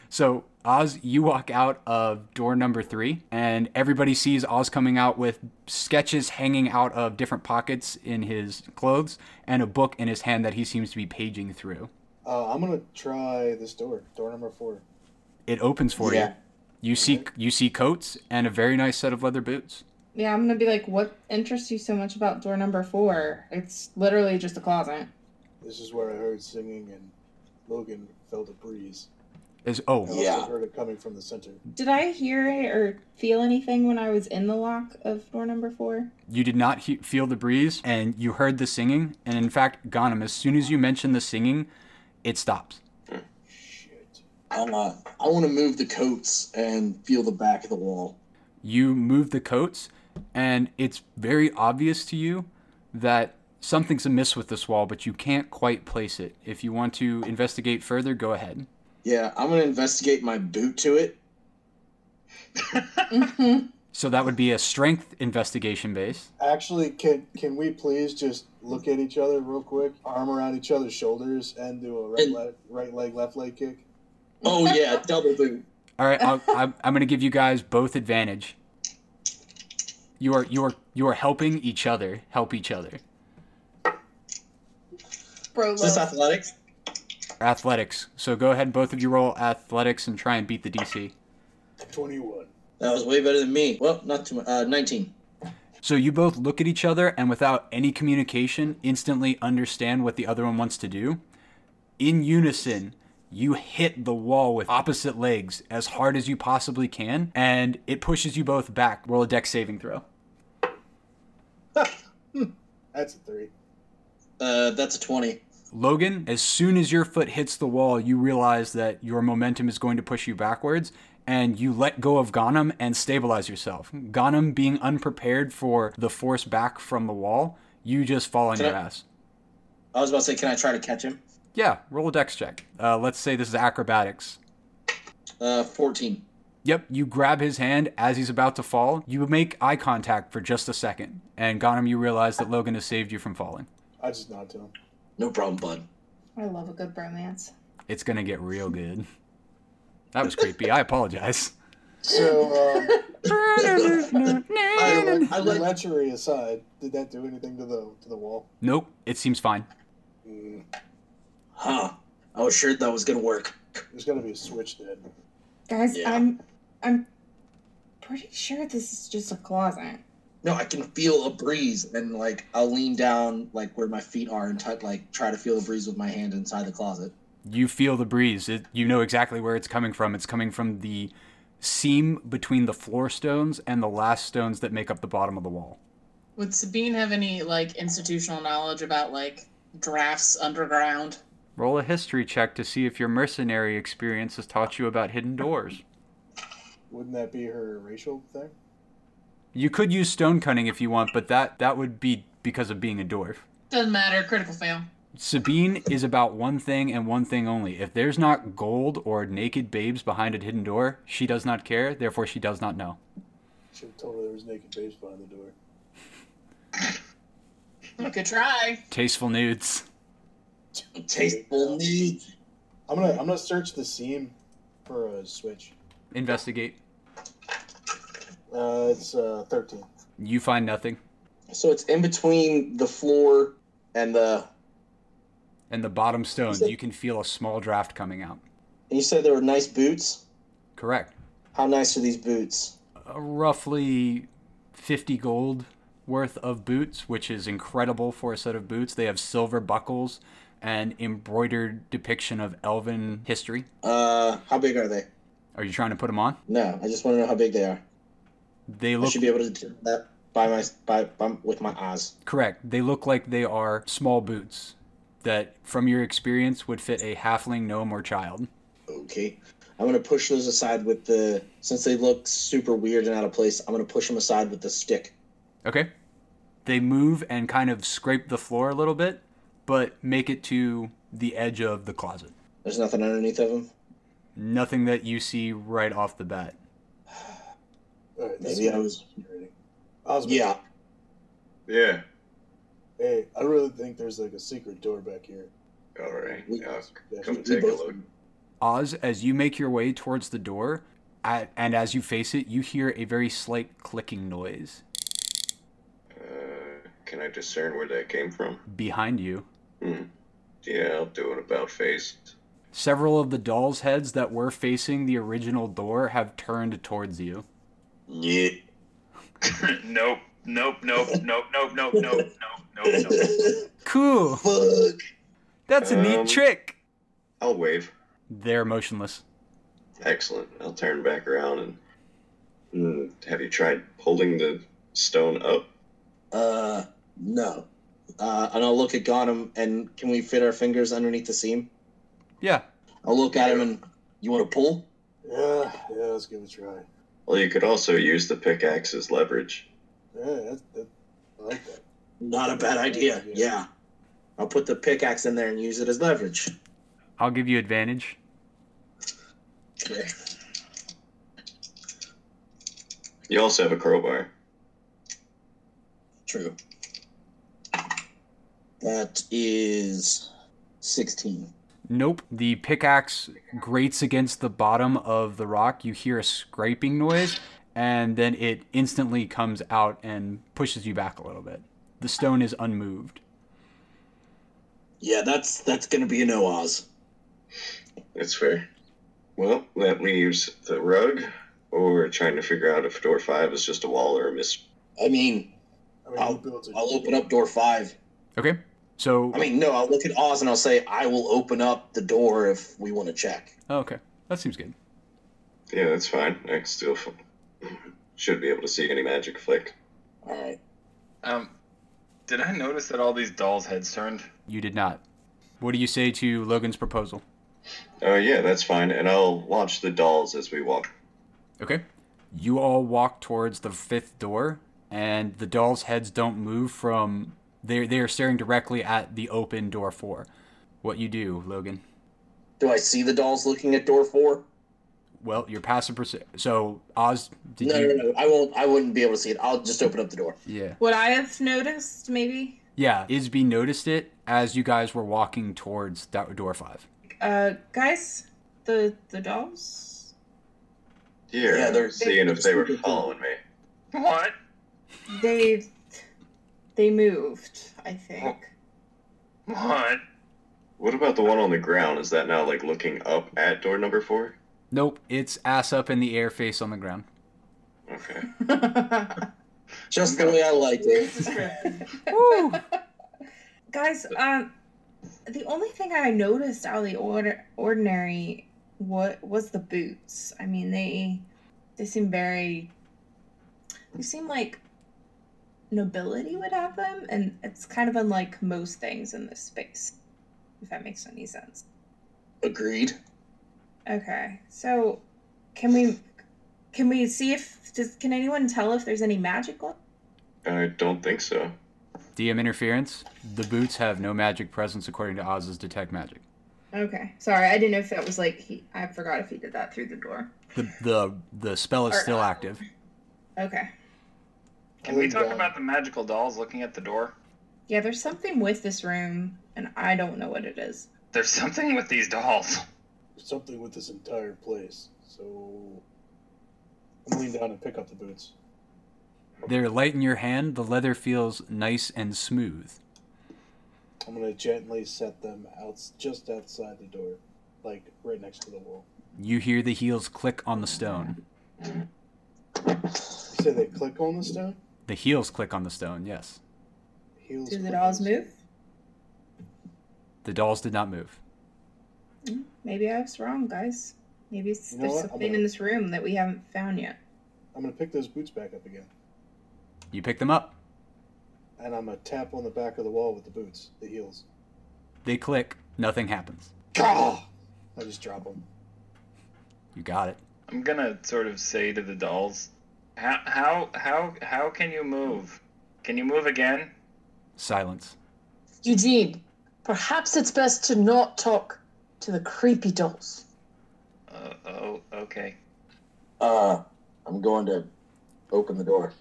So, Oz, you walk out of door number three, and everybody sees Oz coming out with sketches hanging out of different pockets in his clothes and a book in his hand that he seems to be paging through. Uh, I'm gonna try this door, door number four. It opens for Yeah. you. You see, you see coats and a very nice set of leather boots. Yeah, I'm gonna be like, what interests you so much about door number four? It's literally just a closet. This is where I heard singing, and Logan felt a breeze. Is I oh, also Yeah. heard it coming from the center. Did I hear or feel anything when I was in the lock of door number four? you did not he- feel the breeze and you heard the singing. And in fact, Ghanem, as soon as you mention the singing, it stops. Shit. I'm uh, I want to move the coats and feel the back of the wall. you move the coats, and it's very obvious to you that something's amiss with this wall, but you can't quite place it. If you want to investigate further, go ahead. Yeah, I'm gonna investigate my boot to it. Mhm. So that would be a strength investigation base. Actually, can can we please just look at each other real quick, arm around each other's shoulders, and do a right And- leg, right leg, left leg kick? Oh yeah, double boot. All right, I'll, I'm, I'm going to give you guys both advantage. You are you are you are helping each other help each other. Bro, Is this love. athletics? Athletics. So go ahead, both of you roll athletics and try and beat the DC. Twenty one. That was way better than me. Well, not too much. Uh, 19. So you both look at each other and without any communication, instantly understand what the other one wants to do. In unison, you hit the wall with opposite legs as hard as you possibly can, and it pushes you both back. Roll a deck saving throw. That's a three. Uh, that's a 20. Logan, as soon as your foot hits the wall, you realize that your momentum is going to push you backwards, and you let go of Ghanem and stabilize yourself. Ghanem being unprepared for the force back from the wall, you just fall on Can your I- ass. I was about to say, can I try to catch him? Yeah, roll a dex check. Uh, let's say this is acrobatics. Uh, 14. Yep, you grab his hand as he's about to fall. You make eye contact for just a second, and Ghanem, you realize that Logan has saved you from falling. I just nod to him. No problem, bud. I love a good bromance. It's gonna get real good. That was creepy. I apologize. So, um, I, I let, lechery aside, did that do anything to the to the wall? Nope, it seems fine. Mm, huh. I was sure that was gonna work. there's got to be a switch then. Guys, Yeah. I'm I'm pretty sure this is just a closet. No, I can feel a breeze, and like I'll lean down, like where my feet are, and t- like try to feel the breeze with my hand inside the closet. You feel the breeze. It, you know exactly where it's coming from. It's coming from the seam between the floor stones and the last stones that make up the bottom of the wall. Would Sabine have any like institutional knowledge about like drafts underground? Roll a history check to see if your mercenary experience has taught you about hidden doors. Wouldn't that be her racial thing? You could use stone cunning if you want, but that that would be because of being a dwarf. Doesn't matter. Critical fail. Sabine is about one thing and one thing only. If there's not gold or naked babes behind a hidden door, she does not care, therefore she does not know. Should have told her there was naked babes behind the door. You could try. Tasteful nudes. Tasteful needs. I'm gonna I'm gonna search the seam for a switch. Investigate. Uh, it's uh, 13. You find nothing. So it's in between the floor and the. And the bottom stone, you can feel a small draft coming out. And you said there were nice boots. Correct. How nice are these boots? Uh, roughly 50 gold worth of boots, which is incredible for a set of boots. They have silver buckles and embroidered depiction of elven history. Uh, how big are they? Are you trying to put them on? No, I just want to know how big they are. They I look should be able to do that by my by, by with my eyes. Correct. They look like they are small boots that, from your experience, would fit a halfling, gnome, or child. Okay. I'm gonna push those aside with the since they look super weird and out of place. I'm gonna push them aside with the stick. Okay. They move and kind of scrape the floor a little bit, but make it to the edge of the closet. There's nothing underneath of them. Nothing that you see right off the bat. All right, Maybe I was- Osmond, Yeah. Yeah. Hey, I really think there's like a secret door back here. All right. We- Yeah, Yeah, come we take a both- look. Oz, as you make your way towards the door, a- and as you face it, you hear a very slight clicking noise Uh, can I discern where that came from? behind you. Hmm. Yeah, I'll do an about face. Several of the doll's heads that were facing the original door have turned towards you. Yeah. nope, nope, nope, nope, nope, nope, nope, nope, nope, nope. Cool. Fuck. That's a neat Um, trick. I'll wave. They're motionless. Excellent. I'll turn back around and. Mm, have you tried holding the stone up? Uh, no. Uh, and I'll look at Gotham and can we fit our fingers underneath the seam? Yeah. I'll look at him and you want to pull? Yeah, yeah, let's give it a try. Well, you could also use the pickaxe as leverage. Yeah, that, that, I like that. Not a bad idea. Yeah. I'll put the pickaxe in there and use it as leverage. I'll give you advantage. Okay. You also have a crowbar. True. That is 16. Nope. The pickaxe grates against the bottom of the rock. You hear a scraping noise, and then it instantly comes out and pushes you back a little bit. The stone is unmoved. Yeah, that's that's gonna be a no Oz. That's fair. Well, that leaves the rug, or trying to figure out if door five is just a wall or a mis. I mean, I mean, I'll- who built it? I'll open up door five. Okay. So, I mean, no, I'll look at Oz and I'll say I will open up the door if we want to check. oh, okay. That seems good. Yeah, that's fine. I can still f- should be able to see any magic flick. All right. Um, did I notice that all these dolls' heads turned? You did not. What do you say to Logan's proposal? Oh yeah, that's fine. And I'll watch the dolls as we walk. Okay. You all walk towards the fifth door, and the dolls' heads don't move from. They they are staring directly at the open door four. What you do, Logan? Do I see the dolls looking at door four? Well, your passive perce- So Oz, did No, you? no, no. I won't. I wouldn't be able to see it. I'll just open up the door. Yeah. Would I have noticed, maybe? Yeah. Isby noticed it as you guys were walking towards that door five. Uh, guys, the the dolls? Yeah, Yeah, they're- seeing if they were following me. What? They they moved, I think. What? What about the one on the ground? Is that now like looking up at door number four? Nope. It's ass up in the air, face on the ground. Okay. Just the way I liked it. Guys, um, the only thing I noticed out of the order, ordinary what was the boots. I mean, they They seem very. They seem like nobility would have them, and it's kind of unlike most things in this space, if that makes any sense. Agreed. Okay, so can we can we see if does can anyone tell if there's any magic left? I don't think so. DM interference. The boots have no magic presence according to Oz's detect magic. Okay, sorry, I didn't know if that was like he. I forgot if he did that through the door. The the the spell is Or- still active. Okay, Can we Hold talk on. about the magical dolls looking at the door? yeah, there's something with this room, and I don't know what it is. There's something with these dolls. something with this entire place. So I'm lean down and pick up the boots. They're light in your hand. The leather feels nice and smooth. I'm gonna gently set them out just outside the door, like right next to the wall. You hear the heels click on the stone. You say they click on the stone. The heels click on the stone. Yes. Heels. Do the click dolls on stone. move? The dolls did not move. Mm-hmm. Maybe I was wrong, guys. Maybe it's, You know there's what? I'm something gonna- in this room that we haven't found yet. I'm gonna pick those boots back up again, You pick them up. and I'm gonna tap on the back of the wall with the boots, the heels. They click. Nothing happens. Gah! I just drop them. You got it. I'm gonna sort of say to the dolls, how how how how can you move? Can you move again? Silence. Eugene, perhaps it's best to not talk to the creepy dolls. Uh, oh, okay. Uh, I'm going to open the door.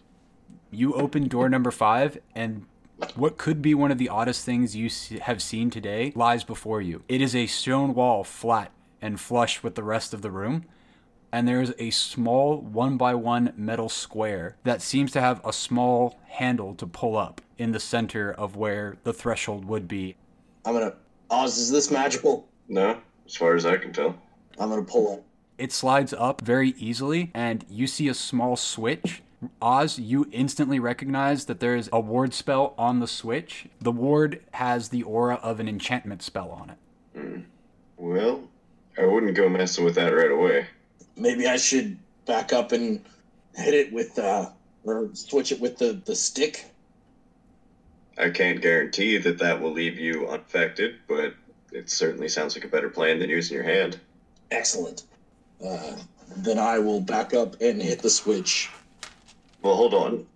You open door number five, and what could be one of the oddest things you s- have seen today lies before you. It is a stone wall, flat and flush with the rest of the room, and there is a small one by one metal square that seems to have a small handle to pull up in the center of where the threshold would be. I'm gonna. Oz, is this magical? No, as far as I can tell. I'm gonna pull it. It slides up very easily, and you see a small switch. Oz, you instantly recognize that there is a ward spell on the switch. The ward has the aura of an enchantment spell on it. Hmm. Well, I wouldn't go messing with that right away. Maybe I should back up and hit it with uh, or switch it with the the stick. I can't guarantee that that will leave you unaffected, but it certainly sounds like a better plan than using your hand. Excellent. Uh, then I will back up and hit the switch. Well, hold on.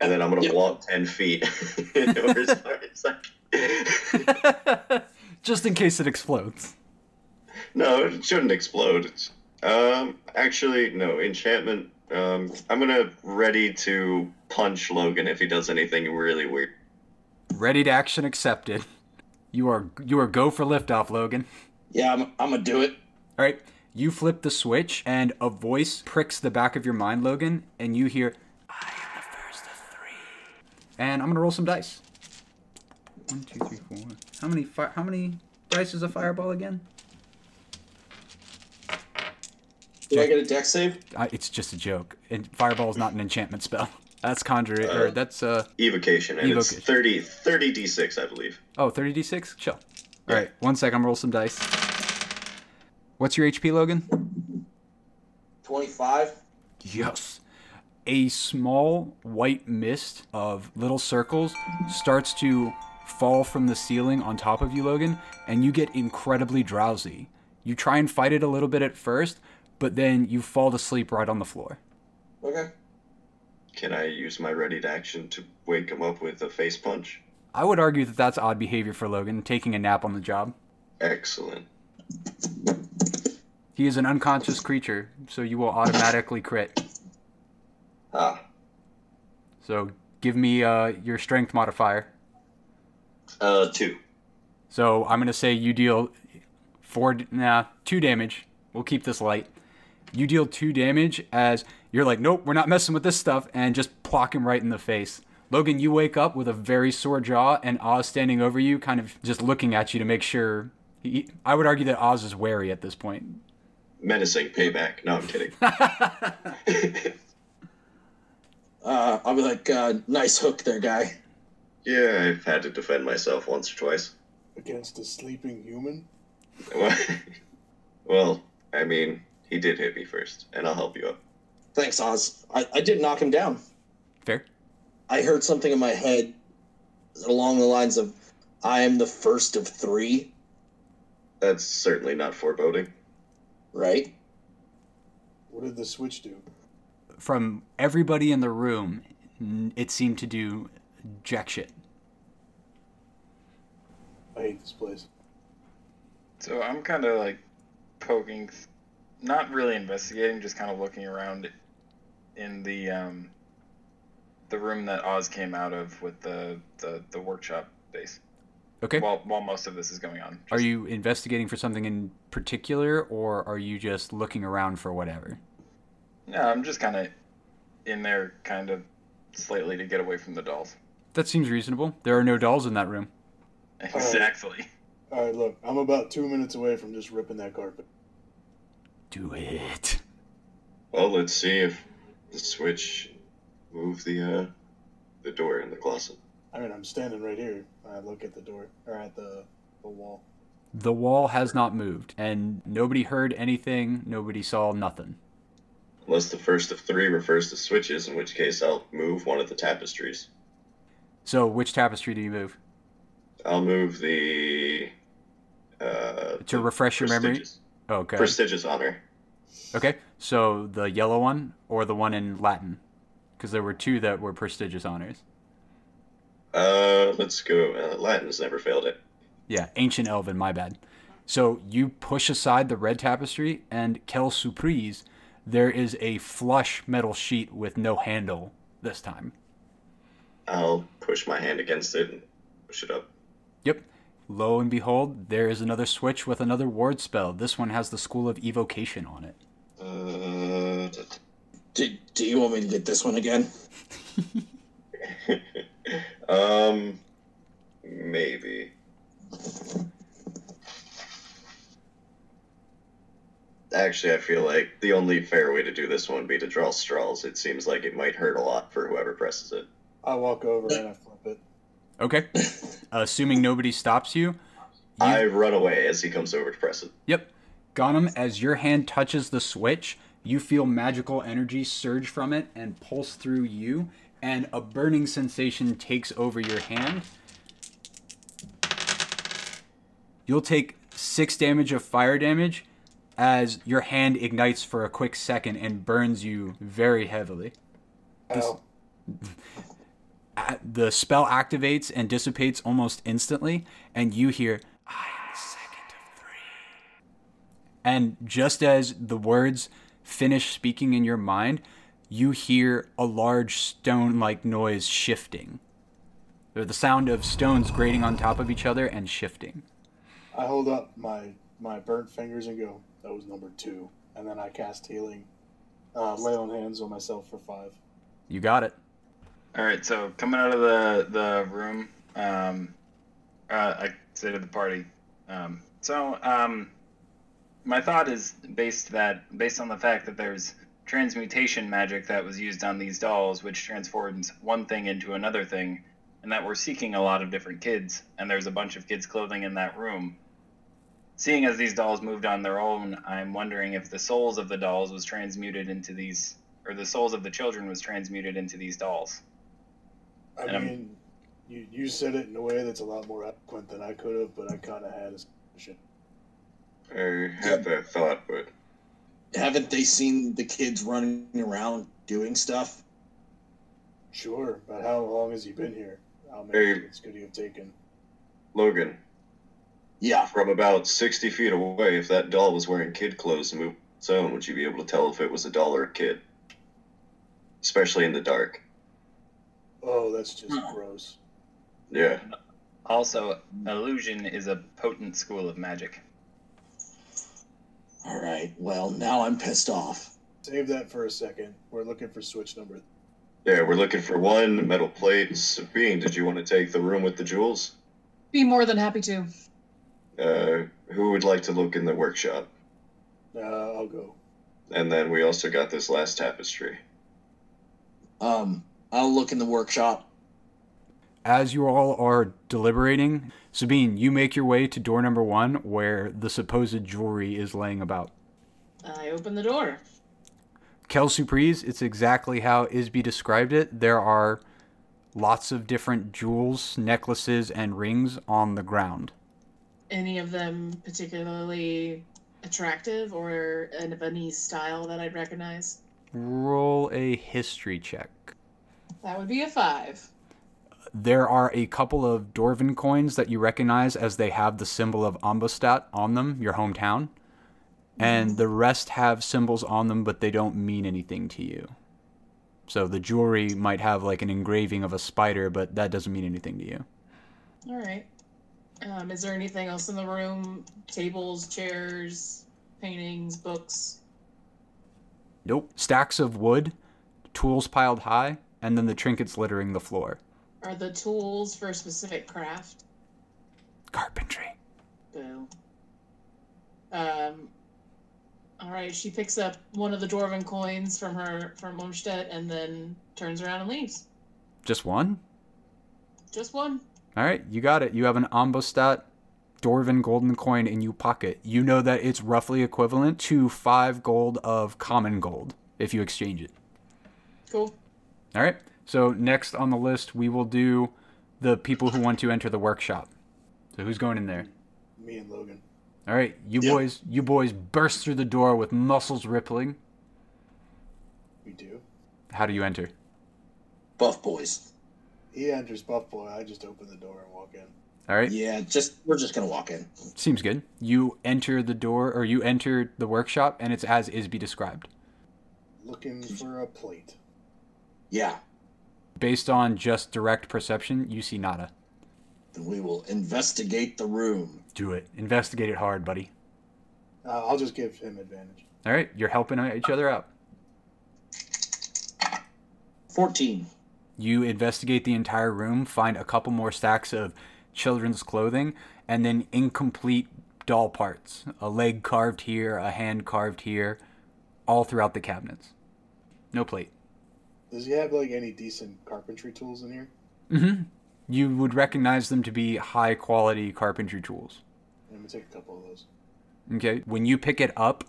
And then I'm going to Yeah. walk 10 feet. or as far as I can. Just in case it explodes. no, it shouldn't explode. It's- Um, actually, no, enchantment. Um, I'm going to ready to punch Logan if he does anything really weird. Ready to action accepted. You are you are go for liftoff, Logan. Yeah, I'm, I'm gonna do it. All right, you flip the switch, and a voice pricks the back of your mind, Logan, and you hear, "I am the first of three. And I'm gonna roll some dice. One, two, three, four. How many? Fi- how many dice is a fireball again? Did I get a deck save? Uh, it's just a joke. And fireball is not an enchantment spell. That's conjure, or that's uh Evocation, and it's Evocation. 30, 30 d6, I believe. oh 30d6. Chill. All Yeah. right, one sec. I'm gonna roll some dice. What's your HP, Logan? Twenty-five. Yes. A small white mist of little circles starts to fall from the ceiling on top of you, Logan, and you get incredibly drowsy. You try and fight it a little bit at first, but then you fall to sleep right on the floor. Okay. Can I use my ready to action to wake him up with a face punch? I would argue that that's odd behavior for Logan, taking a nap on the job. Excellent. He is an unconscious creature, so you will automatically crit. Ah, So give me uh, your strength modifier. uh, two. So I'm gonna say you deal four, nah, two damage. We'll keep this light. You deal two damage as you're like, nope, we're not messing with this stuff, and just plock him right in the face. Logan, you wake up with a very sore jaw, and Oz standing over you, kind of just looking at you to make sure. He, I would argue that Oz is wary at this point. Menacing payback. No, I'm kidding. Uh, I'll be like, uh, nice hook there, guy. yeah, I've had to defend myself once or twice. Against a sleeping human? well, I mean, he did hit me first, and I'll help you up. Thanks, Oz. I, I did knock him down. Fair. I heard something in my head along the lines of, I am the first of three, That's certainly not foreboding. right? What did the switch do? From everybody in the room, n- it seemed to do jack shit. I hate this place. So I'm kind of like poking, th- not really investigating, just kind of looking around in the um, the room that Oz came out of with the the, the workshop base. Okay. While while most of this is going on. Are Just- you investigating for something in particular, or are you just looking around for whatever? No, I'm just kind of in there, kind of slightly to get away from the dolls. That seems reasonable. There are no dolls in that room. Exactly. All right, look, I'm about two minutes away from just ripping that carpet. Do it. Well, let's see if the switch move the uh, the door in the closet. I mean, I'm standing right here. I look at the door or at the the wall. The wall has not moved, and nobody heard anything, nobody saw nothing. Unless the first of three refers to switches, in which case I'll move one of the tapestries. So, which tapestry do you move? I'll move the. Uh, To the refresh your memory? prestigious- Okay. Prestigious honor. Okay. So, the yellow one or the one in Latin? Because there were two that were prestigious honors. Uh, let's go. Uh, Latin's never failed it. Yeah, ancient elven, my bad. So you push aside the red tapestry, and quelle surprise, there is a flush metal sheet with no handle this time. I'll push my hand against it and push it up. Yep. Lo and behold, there is another switch with another ward spell. This one has the School of Evocation on it. Uh, Do, do you want me to get this one again? um, maybe. Actually, I feel like the only fair way to do this one would be to draw straws. It seems like it might hurt a lot for whoever presses it. I walk over and I flip it. Okay. Assuming nobody stops you, I run away as he comes over to press it. Yep. Gonem, as your hand touches the switch, you feel magical energy surge from it and pulse through you, and a burning sensation takes over your hand. You'll take six damage of fire damage as your hand ignites for a quick second and burns you very heavily. Ow. A- The spell activates and dissipates almost instantly, and you hear, "Ah, I am the second of three. And just as the words finish speaking in your mind, you hear a large stone like noise shifting. Or the sound of stones grating on top of each other and shifting. I hold up my my burnt fingers and go. That was number two, and then I cast healing, uh, lay on hands on myself for five. You got it. All right. So coming out of the the room, um, uh, I say to the party. Um, so um, my thought is based that based on the fact that there's transmutation magic that was used on these dolls, which transforms one thing into another thing, and that we're seeking a lot of different kids, and there's a bunch of kids' clothing in that room. Seeing as these dolls moved on their own, I'm wondering if the souls of the dolls was transmuted into these, or the souls of the children was transmuted into these dolls. I And I'm- mean, you you said it in a way that's a lot more eloquent than I could have, but I kind of had a suspicion. I had that thought, but Haven't they seen the kids running around doing stuff? Sure, but how long has he been here? How Hey. many minutes could he have taken? Logan, Yeah. from about 60 feet away, if that doll was wearing kid clothes and moved on its own, would you be able to tell if it was a doll or a kid? Especially in the dark. Oh, that's just Hmm. gross. Yeah. Also, illusion is a potent school of magic. All right. Well, now I'm pissed off. Save that for a second. We're looking for switch number. Yeah, we're looking for one metal plate. Sabine, did you want to take the room with the jewels? Be more than happy to. Uh, who would like to look in the workshop? Uh, I'll go. And then we also got this last tapestry. Um, I'll look in the workshop. As you all are deliberating, Sabine, you make your way to door number one where the supposed jewelry is laying about. I open the door. Kel Surprise, it's exactly how Isby described it. There are lots of different jewels, necklaces, and rings on the ground. Any of them particularly attractive or an Lebanese style that I'd recognize? Roll a history check. That would be a five. There are a couple of Dwarven coins that you recognize as they have the symbol of Ambostat on them, your hometown. And the rest have symbols on them, but they don't mean anything to you. So the jewelry might have like an engraving of a spider, but that doesn't mean anything to you. All right. Um, is there anything else in the room? Tables, chairs, paintings, books? Nope. Stacks of wood, tools piled high, and then the trinkets littering the floor. Are the tools for a specific craft? Carpentry. Boo. Um. All right. She picks up one of the dwarven coins from her from Umstead and then turns around and leaves. Just one? Just one. All right, you got it. You have an Ambostat Dwarven golden coin in your pocket. You know that it's roughly equivalent to five gold of common gold if you exchange it. Cool. All right. So next on the list, we will do the people who want to enter the workshop. So who's going in there? Me and Logan. All right, you Yeah. boys, you boys burst through the door with muscles rippling. We do. How do you enter? Buff boys. He enters Buff Boy. I just open the door and walk in. All right, Yeah, just we're just gonna walk in. seems good. You enter the door, or you enter the workshop, and it's as Isby described. Looking for a plate. Yeah, Based on just direct perception, you see nada. then we will investigate the room. Do it. Investigate it hard, buddy. Uh, I'll just give him advantage. All right, you're helping e-, each other out. Fourteen. You investigate the entire room, find a couple more stacks of children's clothing, and then incomplete doll parts. A leg carved here, a hand carved here, all throughout the cabinets. No plate. Does he have like any decent carpentry tools in here? Mm-hmm. You would recognize them to be high quality carpentry tools. I'm gonna take a couple of those. Okay. When you pick it up,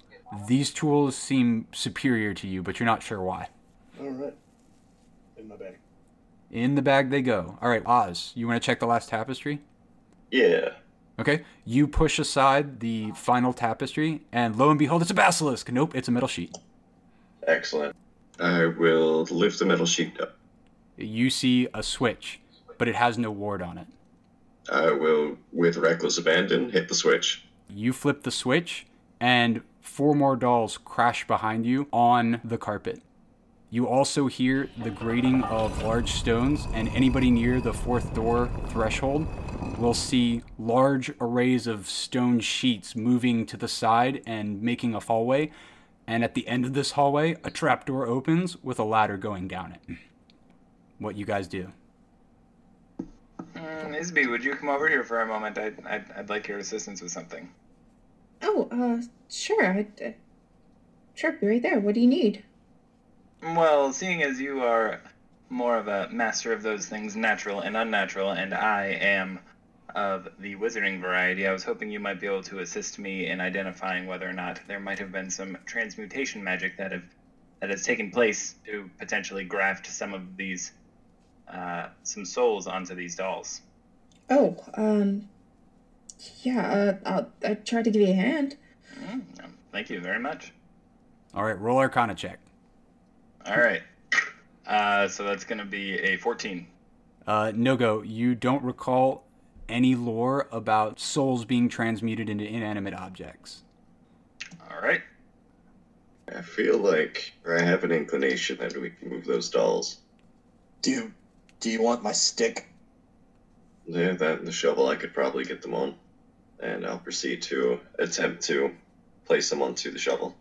these tools seem superior to you, but you're not sure why. All right. In my bag. In the bag they go. All right, Oz, you want to check the last tapestry? Yeah. Okay, you push aside the final tapestry, and lo and behold, it's a basilisk. Nope, it's a metal sheet. Excellent. I will lift the metal sheet up. You see a switch, but it has no ward on it. I will, with reckless abandon, hit the switch. You flip the switch, and four more dolls crash behind you on the carpet. You also hear the grating of large stones, and anybody near the fourth door threshold will see large arrays of stone sheets moving to the side and making a hallway. And at the end of this hallway, a trapdoor opens with a ladder going down it. What you guys do? Mm, Isby, would you come over here for a moment? I'd, I'd, I'd like your assistance with something. Oh, uh, sure. I, I, sure, be right there. What do you need? Well, seeing as you are more of a master of those things, natural and unnatural, and I am of the wizarding variety, I was hoping you might be able to assist me in identifying whether or not there might have been some transmutation magic that have that has taken place to potentially graft some of these uh, some souls onto these dolls. Oh, um, yeah. Uh, I'll, I try to give you a hand. Mm, um, thank you very much. All right, roll Arcana check. All right. Uh, so that's going to be a 14. Uh, Nogo, you don't recall any lore about souls being transmuted into inanimate objects. All right. I feel like, or I have an inclination that we can move those dolls. Do you, do you want my stick? Yeah, that and the shovel, I could probably get them on. And I'll proceed to attempt to place them onto the shovel.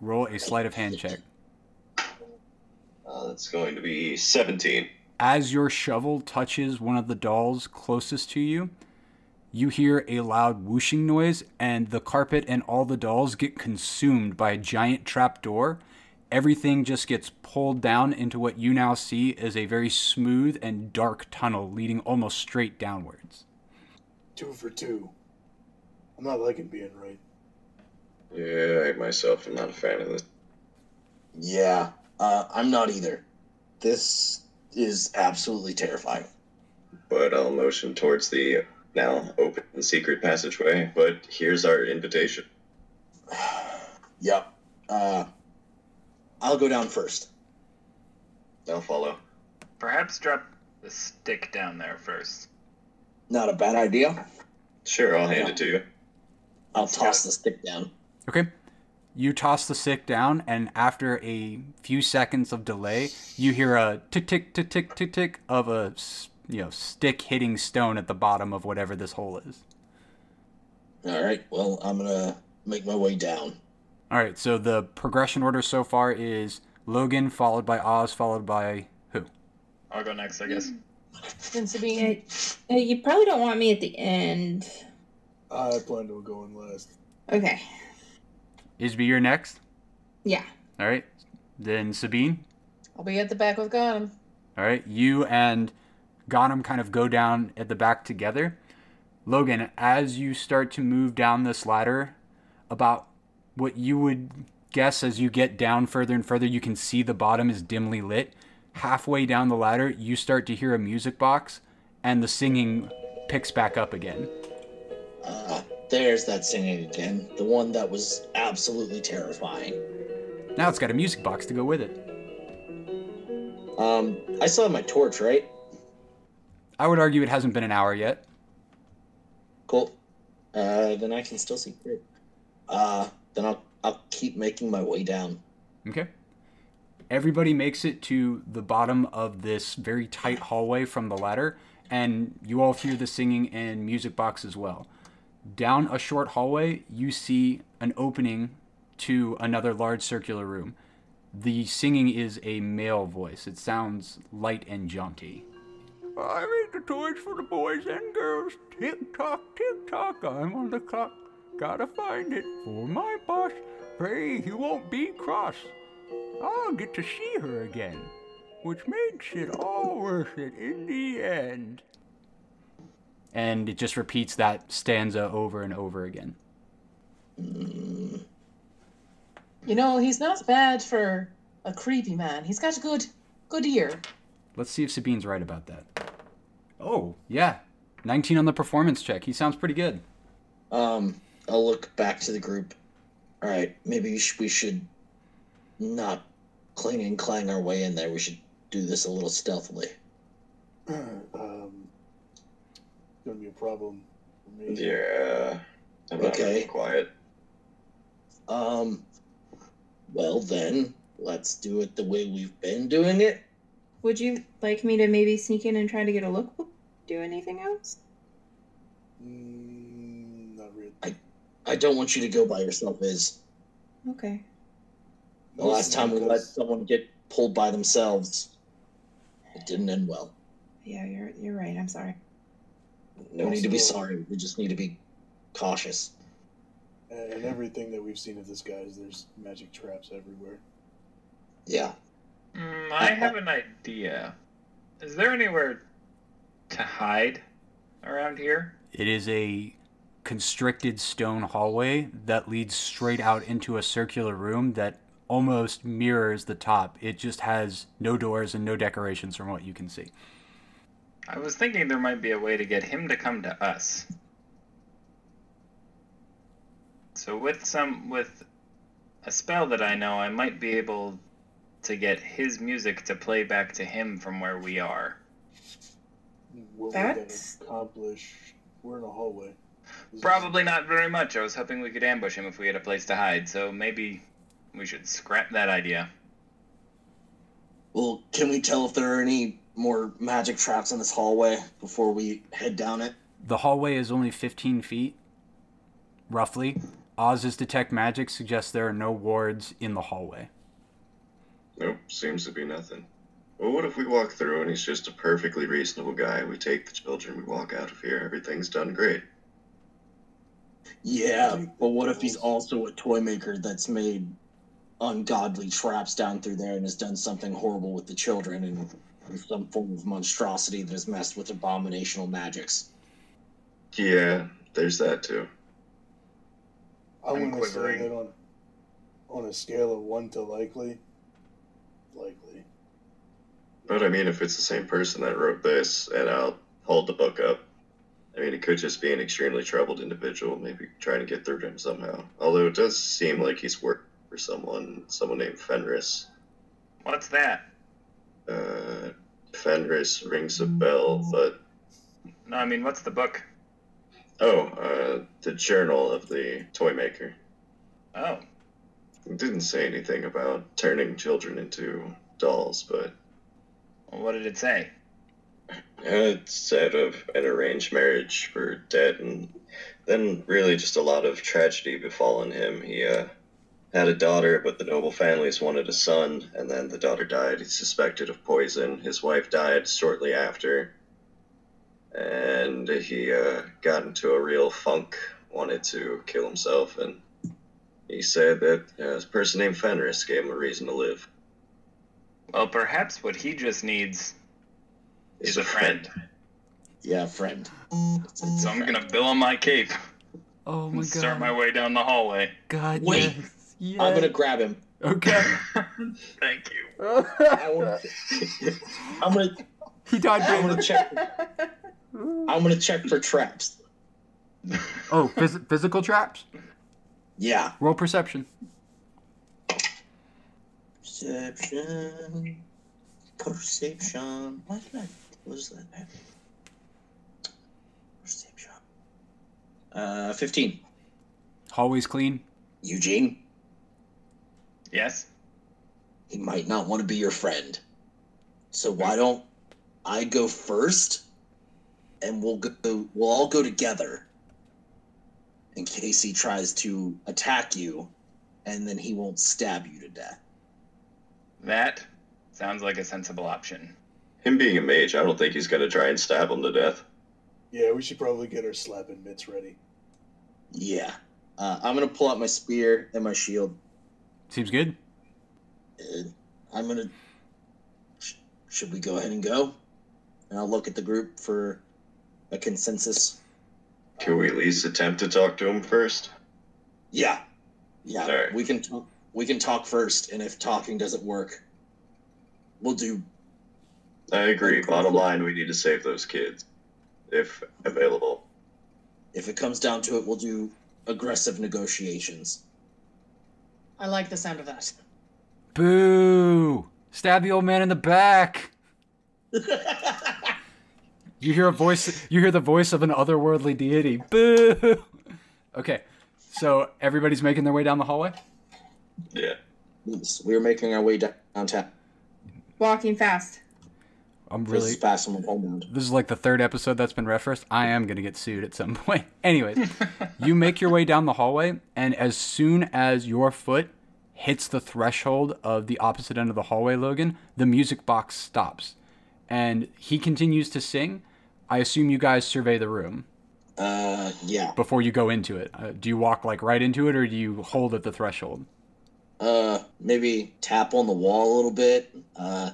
Roll a sleight of hand check. Uh, that's going to be 17. As your shovel touches one of the dolls closest to you, you hear a loud whooshing noise, and the carpet and all the dolls get consumed by a giant trapdoor. Everything just gets pulled down into what you now see is a very smooth and dark tunnel leading almost straight downwards. Two for two. I'm not liking being right. Yeah, I myself am not a fan of this. Yeah, uh, I'm not either. This is absolutely terrifying. but I'll motion towards the now open secret passageway. But here's our invitation. yep. Uh, I'll go down first. I'll follow. Perhaps drop the stick down there first. Not a bad idea. Sure, I'll hand it to you. I'll toss the stick down. Okay. You toss the stick down, and after a few seconds of delay, you hear a tick, tick, tick, tick, tick, tick of a s- you know stick hitting stone at the bottom of whatever this hole is. All right. Well, I'm gonna make my way down. All right. So the progression order so far is Logan followed by Oz followed by who? I'll go next, I guess. Then Sabine. Yeah, uh, you probably don't want me at the end. I plan to go in last. Okay. Isby, you're next. Yeah. All right. Then Sabine. I'll be at the back with Gotham. All right. You and Gotham kind of go down at the back together. Logan, as you start to move down this ladder, about what you would guess as you get down further and further, you can see the bottom is dimly lit. Halfway down the ladder, you start to hear a music box, and the singing picks back up again. Uh, there's that singing again. The one that was absolutely terrifying. Now it's got a music box to go with it. Um, I still have my torch, right? I would argue it hasn't been an hour yet. Cool. Uh, then I can still see. Great. Uh, then I'll I'll keep making my way down. Okay. Everybody makes it to the bottom of this very tight hallway from the ladder, and you all hear the singing and music box as well. Down a short hallway, you see an opening to another large circular room. The singing is a male voice. It sounds light and jaunty. I made the toys for the boys and girls. Tick tock, tick tock, I'm on the clock. Gotta find it for my boss. Pray he won't be cross. I'll get to see her again, which makes it all worth it in the end. And it just repeats that stanza over and over again. You know, he's not bad for a creepy man. He's got a good, good ear. Let's see if Sabine's right about that. Oh, yeah. 19 on the performance check. He sounds pretty good. Um, I'll look back to the group. All right, maybe we should, we should not cling and clang our way in there. We should do this a little stealthily. um, it's gonna be a problem for me. Yeah. I'm not Okay. really quiet. Um, well then, let's do it the way we've been doing it. Would you like me to maybe sneak in and try to get a look? Do anything else? Mm, not really. I don't want you to go by yourself, Is. Okay. The last time we let someone get pulled by themselves, it didn't end well. Yeah, you're you're right. I'm sorry. No need to be Also- sorry. We just need to be cautious. And uh, everything that we've seen of this guy is there's magic traps everywhere. Yeah. Mm, I have an idea. Is there anywhere to hide around here? It is a constricted stone hallway that leads straight out into a circular room that almost mirrors the top. It just has no doors and no decorations from what you can see. I was thinking there might be a way to get him to come to us. So with some with a spell that I know, I might be able to get his music to play back to him from where we are. What That's- would that accomplish? We're in a hallway. This is- Probably not very much. I was hoping we could ambush him if we had a place to hide. So maybe we should scrap that idea. Well, can we tell if there are any more magic traps in this hallway before we head down it? The hallway is only 15 feet, roughly. Oz's detect magic suggests there are no wards in the hallway. Nope, seems to be nothing. Well, what if we walk through and he's just a perfectly reasonable guy? We take the children, we walk out of here, everything's done great. Yeah, but what if he's also a toy maker that's made ungodly traps down through there and has done something horrible with the children and is some form of monstrosity that has messed with abominational magics? Yeah, there's that too. I'm I'm gonna say quivering. that on on a scale of one to likely, likely. But I mean, if it's the same person that wrote this, and I'll hold the book up. I mean, it could just be an extremely troubled individual, maybe trying to get through to him somehow. Although it does seem like he's worked for someone, someone named Fenris. What's that? Uh, Fenris rings a bell, but No, I mean, what's the book? oh, uh, the journal of the toy maker. Oh, It didn't say anything about turning children into dolls, but well, what did it say? it said of an arranged marriage for dead, and then really just a lot of tragedy befallen him. He uh, had a daughter, but the noble families wanted a son, and then the daughter died, suspected of poison. His wife died shortly after, and he uh, got into a real funk, wanted to kill himself, and he said that uh, this person named Fenris gave him a reason to live. Well, perhaps what he just needs is a friend. Yeah, friend. So I'm gonna bill on my cape Oh and start my way down the hallway. God. Wait. Yes. I'm gonna grab him. Okay. Thank you. I want. I'm gonna. he died. I'm Brandon. gonna check. I'm gonna check for traps. Oh, phys- physical traps. Yeah. Roll perception. Perception. Perception. Why did I lose that? Perception. Uh, fifteen. Hallways clean. Eugene, Yes. he might not want to be your friend. So why don't I go first, and we'll go. We'll all go together. In case he tries to attack you, and then he won't stab you to death. That sounds like a sensible option. Him being a mage, I don't think he's gonna try and stab him to death. Yeah, we should probably get our slapping mitts ready. Yeah, uh, I'm gonna pull out my spear and my shield. Seems good. Uh, I'm gonna. Sh- should we go ahead and go? And I'll look at the group for a consensus. Can we at least attempt to talk to him first? Yeah, yeah. Alright. We can talk. We can talk first, and if talking doesn't work, we'll do. I agree. Bottom line, we need to save those kids, if available. If it comes down to it, we'll do aggressive negotiations. I like the sound of that. Boo! Stab the old man in the back. You hear a voice. You hear the voice of an otherworldly deity. Boo! Okay, so everybody's making their way down the hallway. Yeah. Yes, we are making our way down- downtown. Walking fast. I'm This really. is fast and we're homebound. This is like the third episode that's been referenced. I am going to get sued at some point. Anyways, you make your way down the hallway, and as soon as your foot hits the threshold of the opposite end of the hallway, Logan, the music box stops. And he continues to sing. I assume you guys survey the room Uh, yeah. before you go into it. Uh, do you walk like right into it, or do you hold at the threshold? Uh, maybe tap on the wall a little bit. Uh,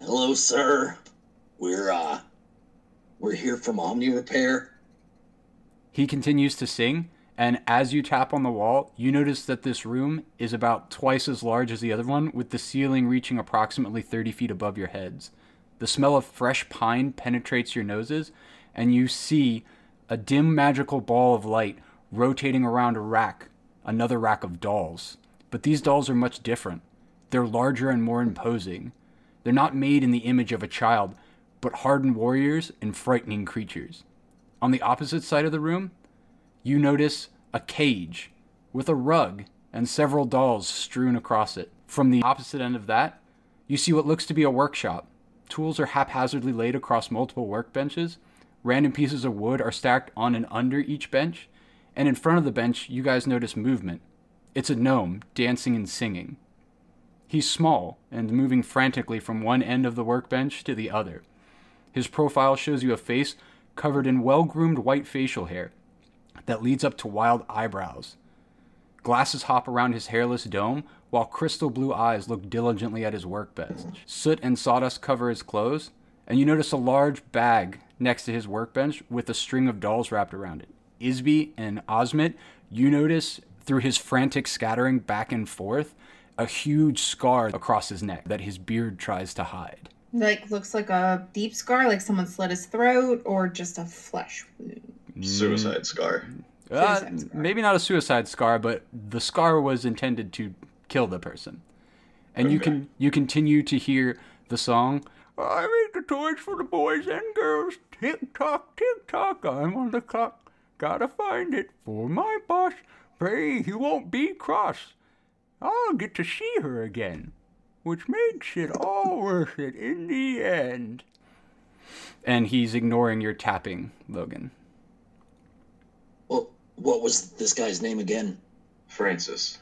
hello, sir. We're uh, we're here from Omni Repair. He continues to sing, and as you tap on the wall, you notice that this room is about twice as large as the other one, with the ceiling reaching approximately 30 feet above your heads. The smell of fresh pine penetrates your noses, and you see a dim magical ball of light rotating around a rack, another rack of dolls. But these dolls are much different. They're larger and more imposing. They're not made in the image of a child, but hardened warriors and frightening creatures. On the opposite side of the room, you notice a cage with a rug and several dolls strewn across it. From the opposite end of that, you see what looks to be a workshop. Tools are haphazardly laid across multiple workbenches. Random pieces of wood are stacked on and under each bench. And in front of the bench, you guys notice movement. It's a gnome dancing and singing. He's small and moving frantically from one end of the workbench to the other. His profile shows you a face covered in well groomed white facial hair that leads up to wild eyebrows. Glasses hop around his hairless dome, while crystal blue eyes look diligently at his workbench. Soot and sawdust cover his clothes, and you notice a large bag next to his workbench with a string of dolls wrapped around it. Isby and Osmit, you notice Through his frantic scattering back and forth, a huge scar across his neck that his beard tries to hide. Like looks like a deep scar, like someone slit his throat, or just a flesh wound. Suicide scar. Uh, Suicide scar. maybe not a suicide scar, but the scar was intended to kill the person. And you Okay. can you continue to hear the song. I make the toys for the boys and girls. Tick tock, tick tock. I'm on the clock. Gotta find it for my boss. Pray he won't be cross. I'll get to see her again, which makes it all worth it in the end. And he's ignoring your tapping, Logan. Well, what was this guy's name again? Francis.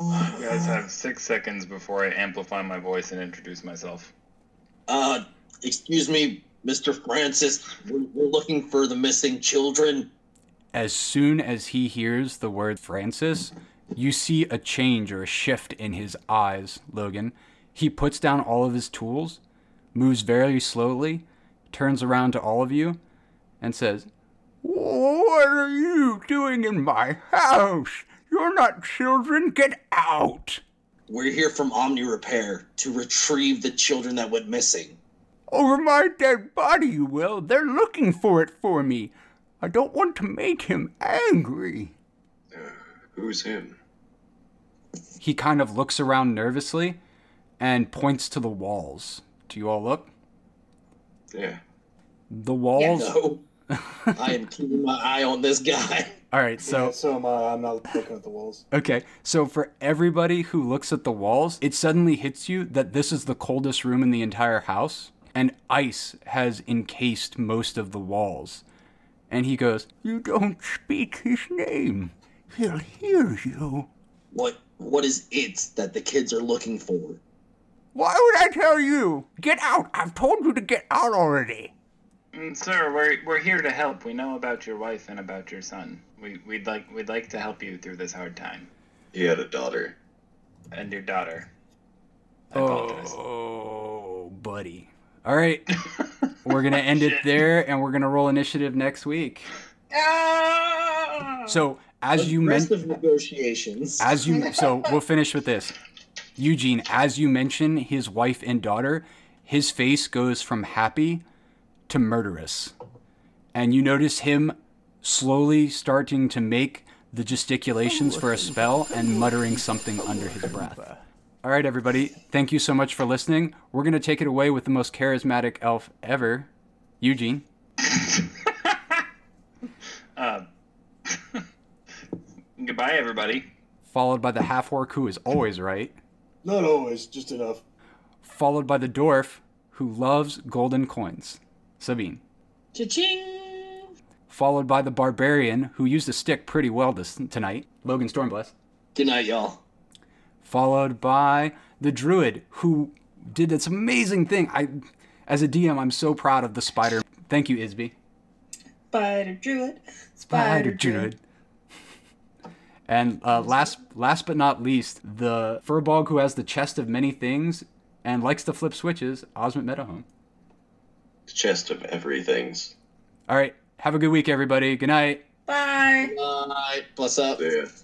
You guys have six seconds before I amplify my voice and introduce myself. Uh, excuse me, Mr. Francis. We're, we're looking for the missing children. as soon as he hears the word Francis, you see a change or a shift in his eyes, Logan. He puts down all of his tools, moves very slowly, turns around to all of you, and says, What are you doing in my house? You're not children. Get out. We're here from Omni Repair to retrieve the children that went missing. Over my dead body, you will. They're looking for it for me. I don't want to make him angry. Who's him? he kind of looks around nervously and points to the walls. Do you all look? Yeah. The walls. No, I am keeping my eye on this guy. All right, So, so so am I. I'm not looking at the walls. okay, so for everybody who looks at the walls, it suddenly hits you that this is the coldest room in the entire house, and ice has encased most of the walls. And he goes, "You don't speak his name. He'll hear you." What what is it that the kids are looking for? Why would I tell you? Get out! I've told you to get out already. Mm, sir, we're, we're here to help. We know about your wife and about your son. We, we'd like we'd like to help you through this hard time. He had a daughter. And your daughter. I apologize. Oh, buddy. All right. We're going to end it there and we're going to roll initiative next week. Ah! So, as you rest mentioned, of negotiations. as you so we'll finish with this. Eugene, as you mention his wife and daughter, his face goes from happy to murderous. And you notice him slowly starting to make the Oh, gesticulations for a spell and muttering something under his breath. All right, everybody. Thank you so much for listening. We're going to take it away with the most charismatic elf ever, Eugene. Goodbye, everybody. Followed by the half orc who is always right. Not always, just enough. Followed by the dwarf who loves golden coins, Sabine. Cha-ching! Followed by the barbarian who used a stick pretty well this tonight, Logan Stormbless. Good night, y'all. Followed by the druid who did this amazing thing. I, as a DM, I'm so proud of the spider. Thank you, Isby. Spider druid. Spider Druid. And uh, last, last but not least, the furbog who has the chest of many things and likes to flip switches, Osmond Metahome. The chest of everything's. All right, have a good week, everybody. Good night. Bye. All right, bless up. Yeah.